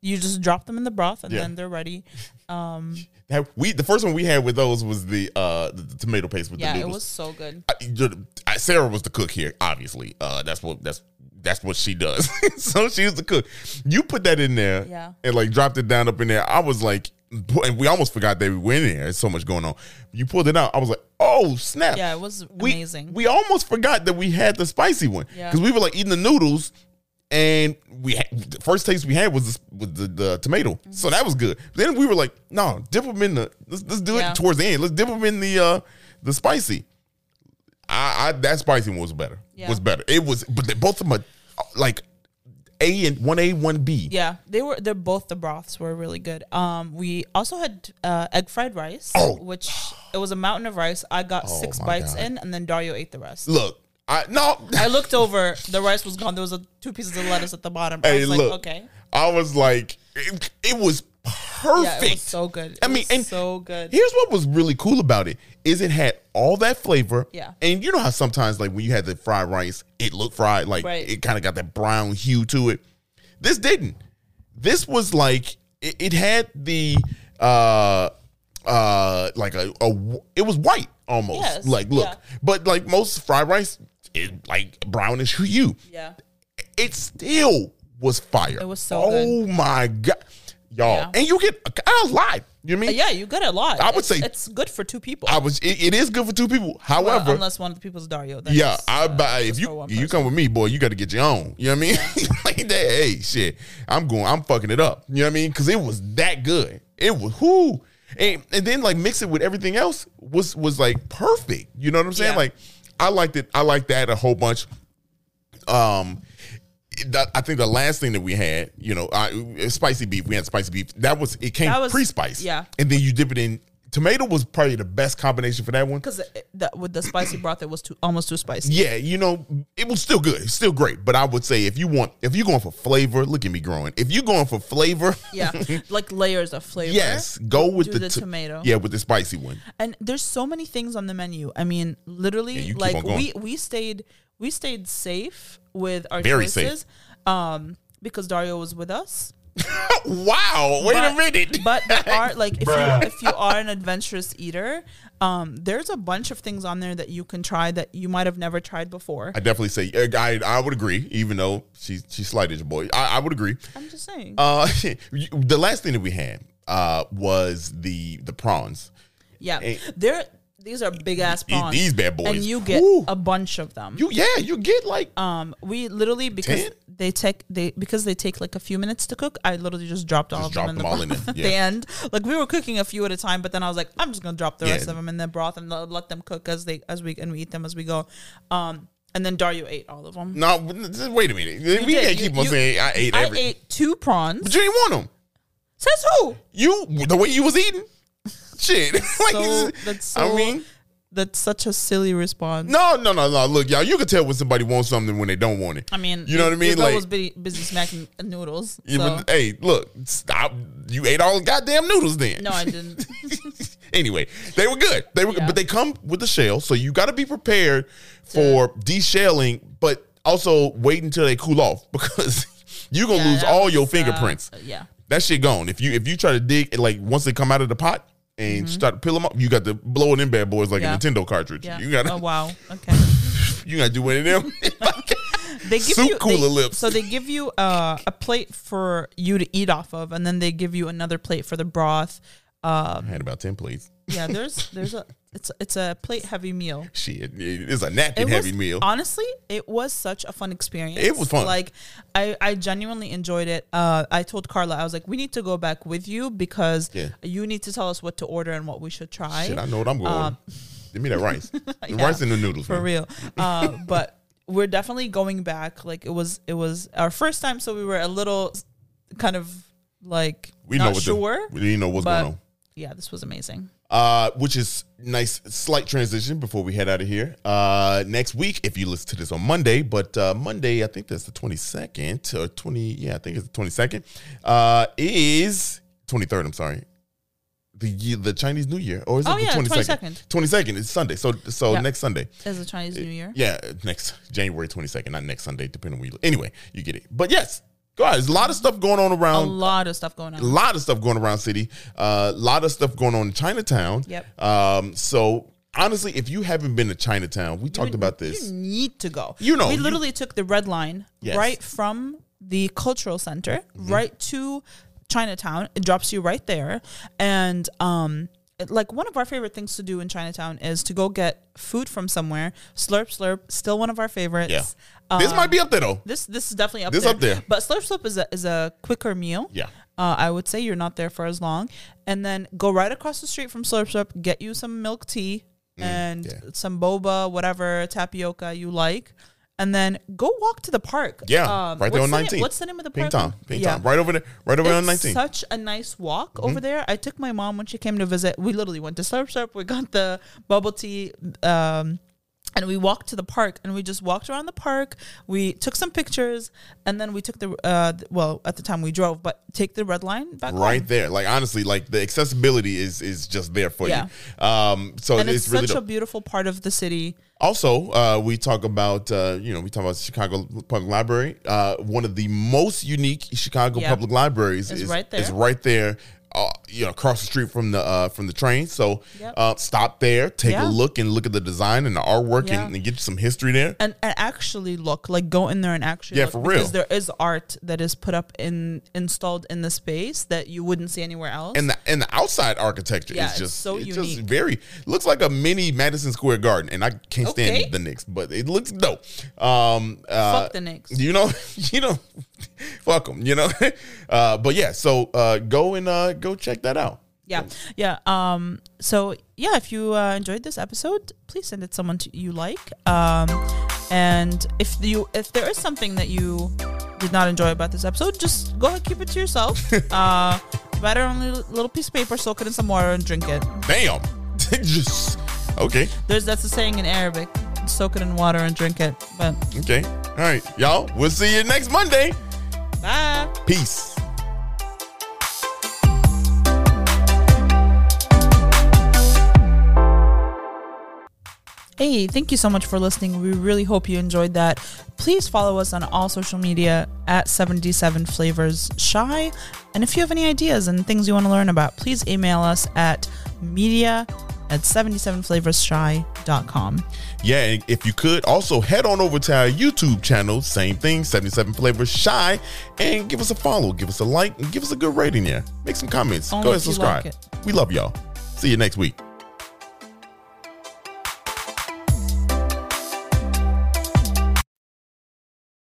Speaker 1: you just drop them in the broth and
Speaker 6: Yeah.
Speaker 1: then they're ready. Um,
Speaker 6: That- We the first one we had with those was the uh the, the tomato paste with
Speaker 1: yeah,
Speaker 6: the
Speaker 1: it
Speaker 6: noodles.
Speaker 1: was so good.
Speaker 6: I, the- I- Sarah was the cook here, obviously. Uh, that's what that's that's what she does. so she was the cook. You put that in there,
Speaker 1: Yeah.
Speaker 6: and like dropped it down up in there. I was like, and we almost forgot that we were in there. There's so much going on. You pulled it out. I was like, oh snap!
Speaker 1: Yeah, it was
Speaker 6: We-
Speaker 1: amazing.
Speaker 6: We almost forgot that we had the spicy one
Speaker 1: Yeah.
Speaker 6: because we were like eating the noodles. And we had, the first taste we had was the, was the, the tomato, so that was good. Then we were like, "No, dip them in the let's, let's do
Speaker 1: Yeah.
Speaker 6: it towards the end. Let's dip them in the uh the spicy." I, I that spicy one was better.
Speaker 1: Yeah.
Speaker 6: Was better. It was, but they, both of them are like A and one A one B.
Speaker 1: Yeah, they were. They're both the broths were really good. Um, we also had uh, egg fried rice,
Speaker 6: Oh.
Speaker 1: which it was a mountain of rice. I got
Speaker 6: Oh
Speaker 1: six
Speaker 6: my
Speaker 1: bites
Speaker 6: God.
Speaker 1: in, and then Dario ate the rest.
Speaker 6: Look, I no.
Speaker 1: I looked over, the rice was gone. There was a, two pieces of lettuce at the bottom. I
Speaker 6: hey,
Speaker 1: was like,
Speaker 6: look.
Speaker 1: okay.
Speaker 6: I was like, it, it was perfect.
Speaker 1: Yeah, it was so good. It
Speaker 6: I mean,
Speaker 1: was
Speaker 6: and
Speaker 1: so good.
Speaker 6: Here's what was really cool about it is it had all that flavor.
Speaker 1: Yeah.
Speaker 6: And you know how sometimes like when you had the fried rice, it looked fried, like
Speaker 1: Right.
Speaker 6: it kind of got that brown hue to it. This didn't. This was like it, it had the uh uh like a, a w- it was white almost.
Speaker 1: Yes,
Speaker 6: Like look.
Speaker 1: yeah.
Speaker 6: But like most fried rice, it like brownish hue
Speaker 1: yeah,
Speaker 6: it still was fire.
Speaker 1: It was so
Speaker 6: Oh
Speaker 1: good.
Speaker 6: my god, y'all!
Speaker 1: Yeah.
Speaker 6: And you get a lot. You mean?
Speaker 1: yeah, you get a lot.
Speaker 6: I would
Speaker 1: It's-
Speaker 6: say-
Speaker 1: it's good for two people.
Speaker 6: I was. It, it is good for two people.
Speaker 1: Well,
Speaker 6: However,
Speaker 1: unless one of the people's Dario. then
Speaker 6: yeah,
Speaker 1: it's,
Speaker 6: I
Speaker 1: uh,
Speaker 6: buy if
Speaker 1: just for
Speaker 6: you
Speaker 1: one
Speaker 6: you
Speaker 1: person.
Speaker 6: come with me, boy, you got to get your own. You know what I mean? like that. Hey, shit, I'm going. I'm fucking it up. You know what I mean? Because it was that good. It was whoo. And, and then like mix it with everything else was was like perfect. You know what I'm saying?
Speaker 1: Yeah.
Speaker 6: Like I liked it. I liked that a whole bunch. um that, I think the last thing that we had, you know, I, uh, spicy beef. We had spicy beef. That was it came
Speaker 1: That was-
Speaker 6: pre-spice.
Speaker 1: yeah.
Speaker 6: and then you dip it in. Tomato was probably the best combination for that one.
Speaker 1: because the, with the spicy broth, it was too almost too spicy.
Speaker 6: Yeah, you know, it was still good, it's still great. But I would say if you want, if you're going for flavor, look at me growing. If you're going for flavor,
Speaker 1: Yeah, like layers of flavor.
Speaker 6: yes, go with
Speaker 1: Do
Speaker 6: the,
Speaker 1: the
Speaker 6: to-
Speaker 1: tomato.
Speaker 6: Yeah, with the spicy one.
Speaker 1: and there's so many things on the menu. I mean,
Speaker 6: Yeah,
Speaker 1: literally,
Speaker 6: you keep on
Speaker 1: like
Speaker 6: going.
Speaker 1: we we stayed we stayed safe with our
Speaker 6: Very safe.
Speaker 1: choices, um, because Dario was with us.
Speaker 6: wow, wait a
Speaker 1: But-
Speaker 6: minute.
Speaker 1: But there are like if you if you are an adventurous eater, um, there's a bunch of things on there that you can try that you might have never tried before.
Speaker 6: I definitely say eh, I I would agree, even though she she slighted your boy. I, I would agree.
Speaker 1: I'm just saying.
Speaker 6: Uh, you- the last thing that we had uh was the the prawns.
Speaker 1: yeah. There these are big ass
Speaker 6: Eat
Speaker 1: prawns.
Speaker 6: eh. these bad boys.
Speaker 1: And you get
Speaker 6: Woo.
Speaker 1: a bunch of them.
Speaker 6: You yeah, you get like
Speaker 1: um we literally because
Speaker 6: Ten?
Speaker 1: they take they because they take like a few minutes to cook i literally just dropped all
Speaker 6: Just
Speaker 1: of
Speaker 6: drop
Speaker 1: them,
Speaker 6: them
Speaker 1: in the
Speaker 6: all in
Speaker 1: broth
Speaker 6: there,
Speaker 1: at
Speaker 6: yeah.
Speaker 1: the end like we were cooking a few at a time but then i was like i'm just gonna drop the
Speaker 6: Yeah.
Speaker 1: rest of them in the broth and let let them cook as they as we and we eat them as we go um and then dario ate all of them
Speaker 6: no. Wait a minute, we
Speaker 1: did.
Speaker 6: can't
Speaker 1: You-
Speaker 6: keep on
Speaker 1: you-
Speaker 6: saying I ate
Speaker 1: i
Speaker 6: everything.
Speaker 1: ate two prawns
Speaker 6: But you didn't want them.
Speaker 1: says who
Speaker 6: You the way you was eating. Shit. like,
Speaker 1: so that's so
Speaker 6: I mean,
Speaker 1: that's such a silly response
Speaker 6: no, no, no, no. Look, y'all, you can tell when somebody wants something when they don't want it.
Speaker 1: I mean,
Speaker 6: you know what I mean? Like,
Speaker 1: was busy, busy smacking noodles.
Speaker 6: you-
Speaker 1: so-
Speaker 6: but, hey, look, stop. You ate all the goddamn noodles then.
Speaker 1: no, I didn't.
Speaker 6: anyway, they were good. They were, good,
Speaker 1: Yeah.
Speaker 6: but they come with the shell, so you got to be prepared for deshelling, but also wait until they cool off because you're gonna
Speaker 1: Yeah,
Speaker 6: lose
Speaker 1: that
Speaker 6: all your
Speaker 1: was, uh,
Speaker 6: fingerprints.
Speaker 1: yeah.
Speaker 6: that shit gone. If you if you try to dig it, like once they come out of the pot and start to peel them up, you got to blow it in bad boys like
Speaker 1: Mm-hmm. Yeah.
Speaker 6: a Nintendo cartridge.
Speaker 1: Yeah.
Speaker 6: You got to
Speaker 1: Oh wow. Okay.
Speaker 6: you got to do one of them.
Speaker 1: they give
Speaker 6: Soup
Speaker 1: you
Speaker 6: cooler
Speaker 1: they-
Speaker 6: lips.
Speaker 1: So they give you uh, a plate for you to eat off of, and then they give you another plate for the broth. Uh,
Speaker 6: I had about ten plates.
Speaker 1: Yeah, there's there's a it's it's a plate heavy meal.
Speaker 6: Shit, it's a napkin heavy
Speaker 1: was,
Speaker 6: meal.
Speaker 1: Honestly, it was such a fun experience.
Speaker 6: It was fun.
Speaker 1: Like I, I genuinely enjoyed it. Uh, I told Carla, I was like, we need to go back with you because
Speaker 6: Yeah.
Speaker 1: you need to tell us what to order and what we should try.
Speaker 6: Shit, I know what I'm going.
Speaker 1: Um,
Speaker 6: Give me that rice, the
Speaker 1: Yeah,
Speaker 6: rice and the noodles
Speaker 1: for
Speaker 6: man.
Speaker 1: real. Uh, but we're definitely going back. Like it was, it was our first time, so we were a little s- kind of like
Speaker 6: We
Speaker 1: not
Speaker 6: know what the-
Speaker 1: sure.
Speaker 6: we know what's
Speaker 1: but
Speaker 6: going on.
Speaker 1: Yeah, this was amazing.
Speaker 6: uh, which is nice slight transition before we head out of here uh, next week if you listen to this on monday but uh, monday i think that's the 22nd or 20 yeah i think it's the 22nd uh, is 23rd i'm sorry the ye- the chinese new year or is it
Speaker 1: Oh,
Speaker 6: the
Speaker 1: yeah,
Speaker 6: 22nd 22nd it's sunday so so
Speaker 1: Yeah.
Speaker 6: next sunday
Speaker 1: As a Chinese New Year,
Speaker 6: yeah next january 22nd not next sunday depending on where you anyway you get it but yes guys there's a lot of stuff going on
Speaker 1: a
Speaker 6: around
Speaker 1: lot of stuff going on.
Speaker 6: a lot of stuff going around city a lot of stuff going on in chinatown
Speaker 1: Yep.
Speaker 6: um so honestly if you haven't been to chinatown we talked about
Speaker 1: You
Speaker 6: this
Speaker 1: need to go.
Speaker 6: You know,
Speaker 1: we
Speaker 6: you-
Speaker 1: literally took the red line
Speaker 6: Yes. Mm-hmm.
Speaker 1: right from the cultural center right to Chinatown. It drops you right there, and um, it- like one of our favorite things to do in Chinatown is to go get food from somewhere. Slurp, slurp, still one of our favorites.
Speaker 6: yeah this might be up there though
Speaker 1: This this is definitely up
Speaker 6: This
Speaker 1: there.
Speaker 6: up there.
Speaker 1: But slurp slurp is a is a quicker meal.
Speaker 6: Yeah.
Speaker 1: Uh, I would say you're not there for as long, and then go right across the street from slurp slurp, get you some milk tea and
Speaker 6: Mm, yeah.
Speaker 1: some boba, whatever tapioca you like, and then go walk to the park.
Speaker 6: yeah right there
Speaker 1: Um, what's
Speaker 6: on
Speaker 1: the name-
Speaker 6: 19
Speaker 1: what's the name of the
Speaker 6: pink
Speaker 1: park?
Speaker 6: tom pink tom right over there right over on
Speaker 1: It's
Speaker 6: 19
Speaker 1: Such a nice walk
Speaker 6: Mm-hmm.
Speaker 1: over there. I took my mom when she came to visit. We literally went to Slurp Slurp. We got the bubble tea. Um, and we walked to the park and we just walked around the park. We took some pictures and then we took the, uh, th- well, at the time we drove, but take the red line back.
Speaker 6: right
Speaker 1: home.
Speaker 6: there like honestly like the accessibility is is just there for
Speaker 1: Yeah.
Speaker 6: you um so
Speaker 1: And
Speaker 6: it's,
Speaker 1: it's,
Speaker 6: really
Speaker 1: such
Speaker 6: dope.
Speaker 1: a beautiful part of the city.
Speaker 6: Also, uh, we talk about uh, you know we talk about Chicago Public Library. Uh, one of the most unique Chicago
Speaker 1: Yeah.
Speaker 6: public libraries
Speaker 1: It's
Speaker 6: is
Speaker 1: right there.
Speaker 6: Is right there. Uh, you know, across the street from the uh, from the train. So
Speaker 1: Yep.
Speaker 6: uh, stop there, take
Speaker 1: Yeah.
Speaker 6: a look, and look at the design and the artwork,
Speaker 1: Yeah.
Speaker 6: and, and get some history there.
Speaker 1: And, and actually look like go in there and actually
Speaker 6: Yeah,
Speaker 1: look,
Speaker 6: for
Speaker 1: because
Speaker 6: real.
Speaker 1: there is art that is put up in installed in the space that you wouldn't see anywhere else
Speaker 6: and the and the outside architecture
Speaker 1: Yeah,
Speaker 6: is
Speaker 1: it's
Speaker 6: just
Speaker 1: so
Speaker 6: it's just
Speaker 1: unique.
Speaker 6: very looks like a mini Madison Square Garden, and I can't stand
Speaker 1: Okay.
Speaker 6: the Knicks, but it looks dope. Um, uh,
Speaker 1: the Knicks.
Speaker 6: You know, you know, fuck them. You know, uh, but yeah. So uh, go and uh, go check that out.
Speaker 1: Yeah. Yeah. Um, so yeah, if you uh, enjoyed this episode, please send it someone to you like. Um, And if you if there is something that you did not enjoy about this episode, just go ahead keep it to yourself. uh, write it on a little- little piece of paper, soak it in some water, and drink it.
Speaker 6: Damn. Just okay.
Speaker 1: There's that's a saying in Arabic: soak it in water and drink it. But
Speaker 6: Okay. All right, y'all. We'll see you next Monday.
Speaker 1: bye.
Speaker 6: Peace.
Speaker 1: Hey, thank you so much for listening. We really hope you enjoyed that. Please follow us on all social media at 77 Flavors Shy. And if you have any ideas and things you want to learn about, please email us at media at 77flavorsshy.com.
Speaker 6: Yeah, and if you could also head on over to our YouTube channel, same thing, 77 Flavors Shy, and give us a follow, give us a like, and give us a good rating there. Make some comments.
Speaker 1: Only
Speaker 6: Go ahead and
Speaker 1: if you
Speaker 6: subscribe.
Speaker 1: like
Speaker 6: we love y'all. See you next week.